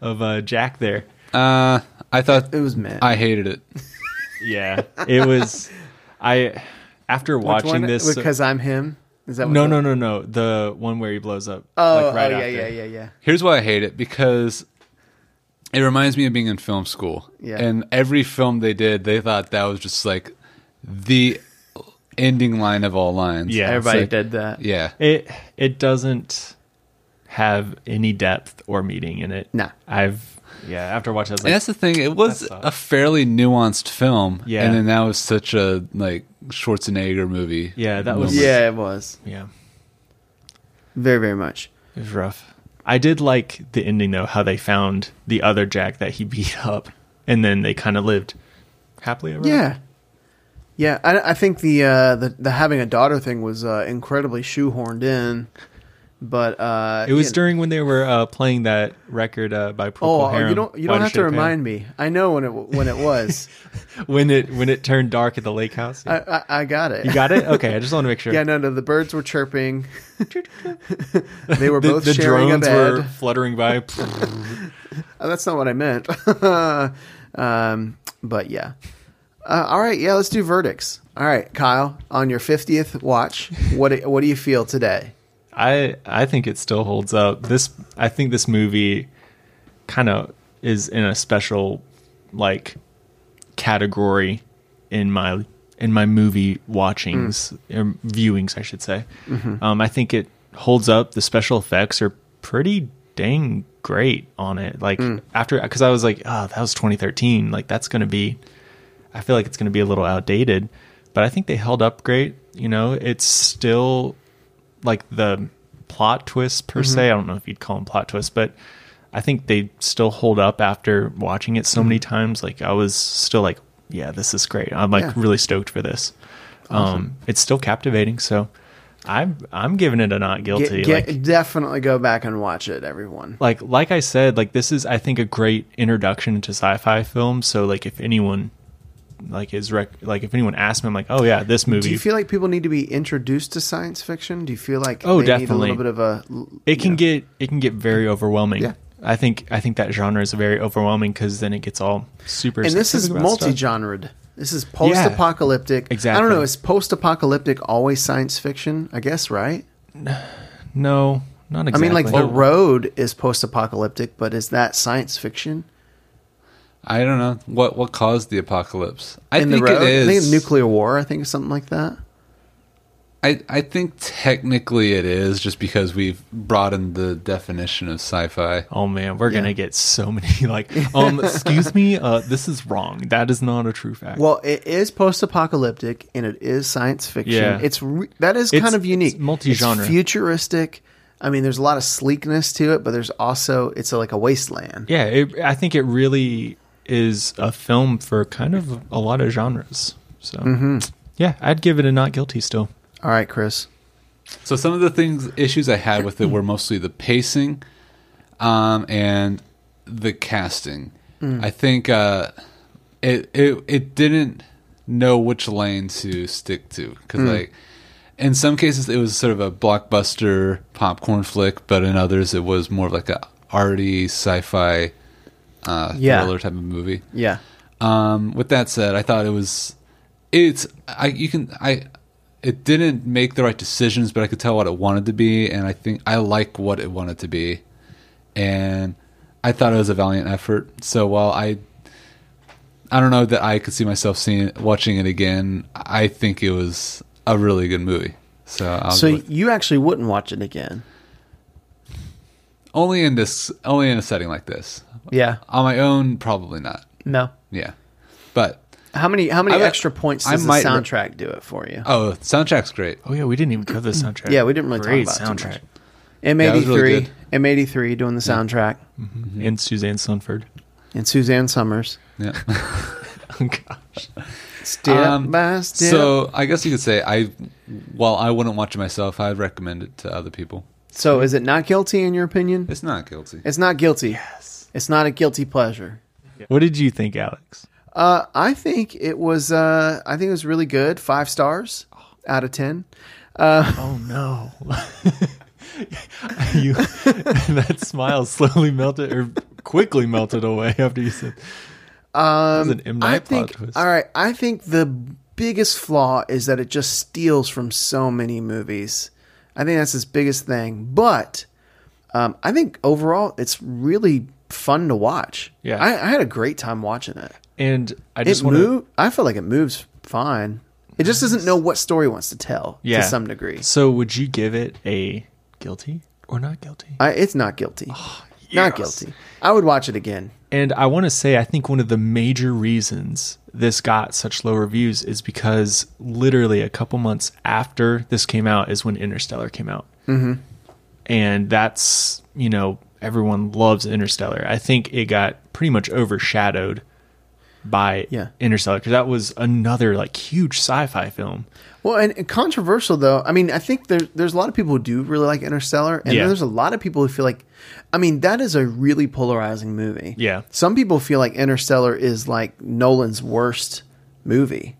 [SPEAKER 5] of uh, Jack there?
[SPEAKER 6] Uh, I thought
[SPEAKER 4] It was meh.
[SPEAKER 6] I hated it.
[SPEAKER 5] Yeah, it was. I after
[SPEAKER 4] Which
[SPEAKER 5] watching
[SPEAKER 4] one?
[SPEAKER 5] this uh,
[SPEAKER 4] because I'm him. Is that what
[SPEAKER 5] No,
[SPEAKER 4] the-
[SPEAKER 5] no, no, no. The one where he blows up.
[SPEAKER 4] Oh,
[SPEAKER 5] like right
[SPEAKER 4] oh yeah,
[SPEAKER 5] after.
[SPEAKER 4] yeah, yeah, yeah.
[SPEAKER 6] Here's why I hate it because it reminds me of being in film school.
[SPEAKER 4] Yeah.
[SPEAKER 6] And every film they did, they thought that was just like the ending line of all lines.
[SPEAKER 5] Yeah.
[SPEAKER 4] Everybody
[SPEAKER 6] like-
[SPEAKER 4] did that.
[SPEAKER 6] Yeah.
[SPEAKER 5] It it doesn't have any depth or meaning in it.
[SPEAKER 4] Nah.
[SPEAKER 5] I've yeah. After watching, I was like,
[SPEAKER 6] And that's the thing. It was
[SPEAKER 5] That sucks.
[SPEAKER 6] a fairly nuanced film.
[SPEAKER 5] Yeah.
[SPEAKER 6] And then that was such a like Schwarzenegger movie.
[SPEAKER 5] Yeah, that was-
[SPEAKER 4] Yeah, it was.
[SPEAKER 5] yeah,
[SPEAKER 4] Very, very much.
[SPEAKER 5] it was rough. I did like the ending though, how they found the other Jack that he beat up, and then they kind of lived happily ever.
[SPEAKER 4] Yeah. Yeah, I, I think the, uh, the the having a daughter thing was uh, incredibly shoehorned in, but uh,
[SPEAKER 5] It was
[SPEAKER 4] you-
[SPEAKER 5] during when they were uh, playing that record uh, by Purple
[SPEAKER 4] Oh,
[SPEAKER 5] Harem.
[SPEAKER 4] you don't you
[SPEAKER 5] Why
[SPEAKER 4] don't
[SPEAKER 5] the
[SPEAKER 4] have to
[SPEAKER 5] Shape of
[SPEAKER 4] remind me. I know when it when it was.
[SPEAKER 5] Ham. when it when it turned dark at the lake house.
[SPEAKER 4] I, I, I got it.
[SPEAKER 5] you got it. Okay, I just want to make sure.
[SPEAKER 4] Yeah, no, no. The birds were chirping. they were
[SPEAKER 5] the,
[SPEAKER 4] both
[SPEAKER 5] the
[SPEAKER 4] sharing a
[SPEAKER 5] drones
[SPEAKER 4] bed.
[SPEAKER 5] were fluttering by.
[SPEAKER 4] Oh, that's not what I meant. um, but yeah. Uh, all right, yeah, let's do verdicts. All right, Kyle, on your 50th watch, what do- what do you feel today?
[SPEAKER 5] I I think it still holds up. This I think this movie kind of is in a special like category in my in my movie watchings or viewings, I should say. Um, I think it holds up. The special effects are pretty dang great on it. Like after because I was like, oh, that was 2013. Like that's gonna be I feel like it's going to be a little outdated, but I think they held up great. You know, it's still like the plot twists per
[SPEAKER 4] Mm-hmm.
[SPEAKER 5] se. I don't know if you'd call them plot twists, but I think they still hold up after watching it so many
[SPEAKER 4] Mm-hmm.
[SPEAKER 5] times. Like I was still like, yeah, this is great. I'm like
[SPEAKER 4] Yeah.
[SPEAKER 5] really stoked for this. Um, it's still captivating. So I'm, I'm giving it a not
[SPEAKER 4] Get-
[SPEAKER 5] guilty.
[SPEAKER 4] get-
[SPEAKER 5] like,
[SPEAKER 4] definitely go back and watch it, everyone.
[SPEAKER 5] like like I said, like this is I think a great introduction to sci-fi films. So like if anyone like is rec- like if anyone asks me, I'm like, oh yeah, this movie.
[SPEAKER 4] Do you feel like people need to be introduced to science fiction? Do you feel like
[SPEAKER 5] Oh,
[SPEAKER 4] they
[SPEAKER 5] definitely.
[SPEAKER 4] need a little bit of a
[SPEAKER 5] it can get it can get very overwhelming.
[SPEAKER 4] Yeah.
[SPEAKER 5] I think I think that genre is very overwhelming because then it gets all super.
[SPEAKER 4] And this is
[SPEAKER 5] specific about stuff.
[SPEAKER 4] multi-genred. This is post-apocalyptic. I
[SPEAKER 5] Exactly.
[SPEAKER 4] don't know, is post-apocalyptic always science fiction? I guess, right?
[SPEAKER 5] No, not
[SPEAKER 4] I
[SPEAKER 5] exactly.
[SPEAKER 4] mean, like The Road is post-apocalyptic, but is that science fiction?
[SPEAKER 6] I don't know. What what caused the apocalypse? I
[SPEAKER 4] in
[SPEAKER 6] think
[SPEAKER 4] the road.
[SPEAKER 6] it is.
[SPEAKER 4] I think nuclear war. I think something like that.
[SPEAKER 6] I, I think technically it is just because we've broadened the definition of sci-fi.
[SPEAKER 5] Oh man, we're gonna get so many like. Um, excuse me, uh, this is wrong. That is not a true fact.
[SPEAKER 4] Well, it is post-apocalyptic and it is science fiction.
[SPEAKER 5] Yeah.
[SPEAKER 4] It's re- that is
[SPEAKER 5] It's-
[SPEAKER 4] kind of unique.
[SPEAKER 5] it's multi-genre.
[SPEAKER 4] It's futuristic. I mean, there's a lot of sleekness to it, but there's also it's like a wasteland.
[SPEAKER 5] yeah, it, I think it really is a
[SPEAKER 4] Mm-hmm.
[SPEAKER 5] film for kind of a lot of genres. So yeah, I'd give it a not guilty still.
[SPEAKER 4] All right, Chris.
[SPEAKER 6] So some of the things issues I had with it were mostly the pacing, um, and the casting. I think uh, it it it didn't know which lane to stick to because like in some cases it was sort of a blockbuster popcorn flick, but in others it was more of like a arty sci-fi uh,
[SPEAKER 4] Yeah.
[SPEAKER 6] thriller type of movie.
[SPEAKER 4] Yeah.
[SPEAKER 6] Um, with that said, I thought it was it's I you can I it didn't make the right decisions, but I could tell what it wanted to be, and I think I like what it wanted to be, and I thought it was a valiant effort. So while I I don't know that I could see myself seeing watching it again, I think it was a really good movie. So I'll
[SPEAKER 4] So
[SPEAKER 6] go with-
[SPEAKER 4] you actually wouldn't watch it again.
[SPEAKER 6] only in this only in a setting like this
[SPEAKER 4] Yeah.
[SPEAKER 6] on my own, probably not.
[SPEAKER 4] No.
[SPEAKER 6] Yeah, but
[SPEAKER 4] How many how many
[SPEAKER 6] I-
[SPEAKER 4] extra points
[SPEAKER 6] I
[SPEAKER 4] does the
[SPEAKER 6] might re-
[SPEAKER 4] soundtrack do it for you?
[SPEAKER 6] oh, soundtrack's great.
[SPEAKER 5] Oh yeah, we didn't even cover the soundtrack.
[SPEAKER 4] Yeah, we didn't really talk
[SPEAKER 5] Great
[SPEAKER 4] about it too
[SPEAKER 5] soundtrack.
[SPEAKER 4] M83,
[SPEAKER 6] was really good.
[SPEAKER 4] M83 doing the soundtrack,
[SPEAKER 5] Mm-hmm. And Suzanne Sunford.
[SPEAKER 4] and Suzanne Summers.
[SPEAKER 6] Yeah.
[SPEAKER 5] Oh gosh.
[SPEAKER 4] Step
[SPEAKER 6] Um,
[SPEAKER 4] by step.
[SPEAKER 6] So I guess you could say I, while I wouldn't watch it myself, I'd recommend it to other people.
[SPEAKER 4] so is it not guilty in your opinion?
[SPEAKER 6] It's not guilty.
[SPEAKER 4] It's not guilty. Yes. It's not a guilty pleasure.
[SPEAKER 5] What did you think, Alex?
[SPEAKER 4] Uh, I think it was. Uh, I think it was really good. Five stars out of ten.
[SPEAKER 5] Oh no. you that smile slowly melted or quickly melted away after you said um, an M.
[SPEAKER 4] I
[SPEAKER 5] Night plot
[SPEAKER 4] think.
[SPEAKER 5] twist.
[SPEAKER 4] All right. I think the biggest flaw is that it just steals from so many movies. I think that's its biggest thing. But um, I think overall, it's really fun to watch.
[SPEAKER 5] Yeah.
[SPEAKER 4] I, I had a great time watching it.
[SPEAKER 5] And I
[SPEAKER 4] It
[SPEAKER 5] just want to
[SPEAKER 4] move. I feel like it moves fine. It just doesn't know what story it wants to tell
[SPEAKER 5] yeah.
[SPEAKER 4] to some degree.
[SPEAKER 5] So would you give it a guilty or not guilty?
[SPEAKER 4] I, it's not guilty. Not guilty. I would watch it again.
[SPEAKER 5] And I want to say, I think one of the major reasons this got such low reviews is because literally a couple months after this came out is when Interstellar came out. Mm-hmm. And that's, you know, everyone loves Interstellar. I think it got pretty much overshadowed by
[SPEAKER 4] Yeah.
[SPEAKER 5] Interstellar because that was another like huge sci fi film.
[SPEAKER 4] Well, and, and controversial though. I mean, I think there's there's a lot of people who do really like Interstellar, and
[SPEAKER 5] Yeah.
[SPEAKER 4] then there's a lot of people who feel like, I mean, that is a really polarizing movie.
[SPEAKER 5] Yeah.
[SPEAKER 4] Some people feel like Interstellar is like Nolan's worst movie,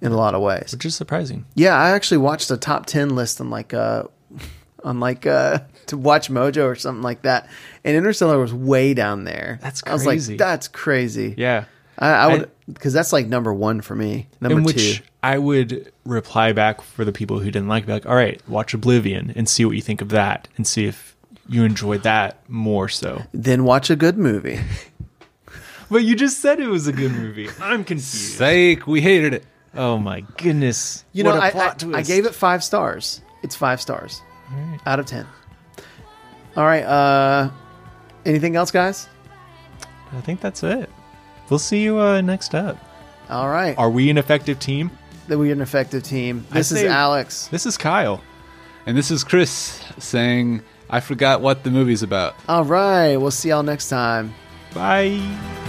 [SPEAKER 4] in a lot of ways.
[SPEAKER 5] Which is surprising.
[SPEAKER 4] Yeah, I actually watched a top ten list on like uh on like uh to watch Mojo or something like that, and Interstellar was way down there.
[SPEAKER 5] That's
[SPEAKER 4] I was
[SPEAKER 5] crazy.
[SPEAKER 4] like, that's crazy.
[SPEAKER 5] Yeah.
[SPEAKER 4] I, I would because that's like number one for me. Number
[SPEAKER 5] in which
[SPEAKER 4] two.
[SPEAKER 5] I would reply back for the people who didn't like, it, be like, all right, watch Oblivion and see what you think of that, and see if you enjoyed that more so.
[SPEAKER 4] Then watch a good movie.
[SPEAKER 5] But you just said it was a good movie. I'm confused.
[SPEAKER 6] Sake, we hated it.
[SPEAKER 5] Oh my goodness!
[SPEAKER 4] You know, I- I, I gave it five stars. It's five stars out of ten. All right. Uh, anything else, guys?
[SPEAKER 5] I think that's it. We'll see you uh, next up.
[SPEAKER 4] All right.
[SPEAKER 5] Are we an effective team?
[SPEAKER 4] That we're an effective team. This is
[SPEAKER 5] say-
[SPEAKER 4] Alex.
[SPEAKER 5] This is Kyle.
[SPEAKER 6] And this is Chris saying, I forgot what the movie's about.
[SPEAKER 4] All right. We'll see y'all next time.
[SPEAKER 5] Bye.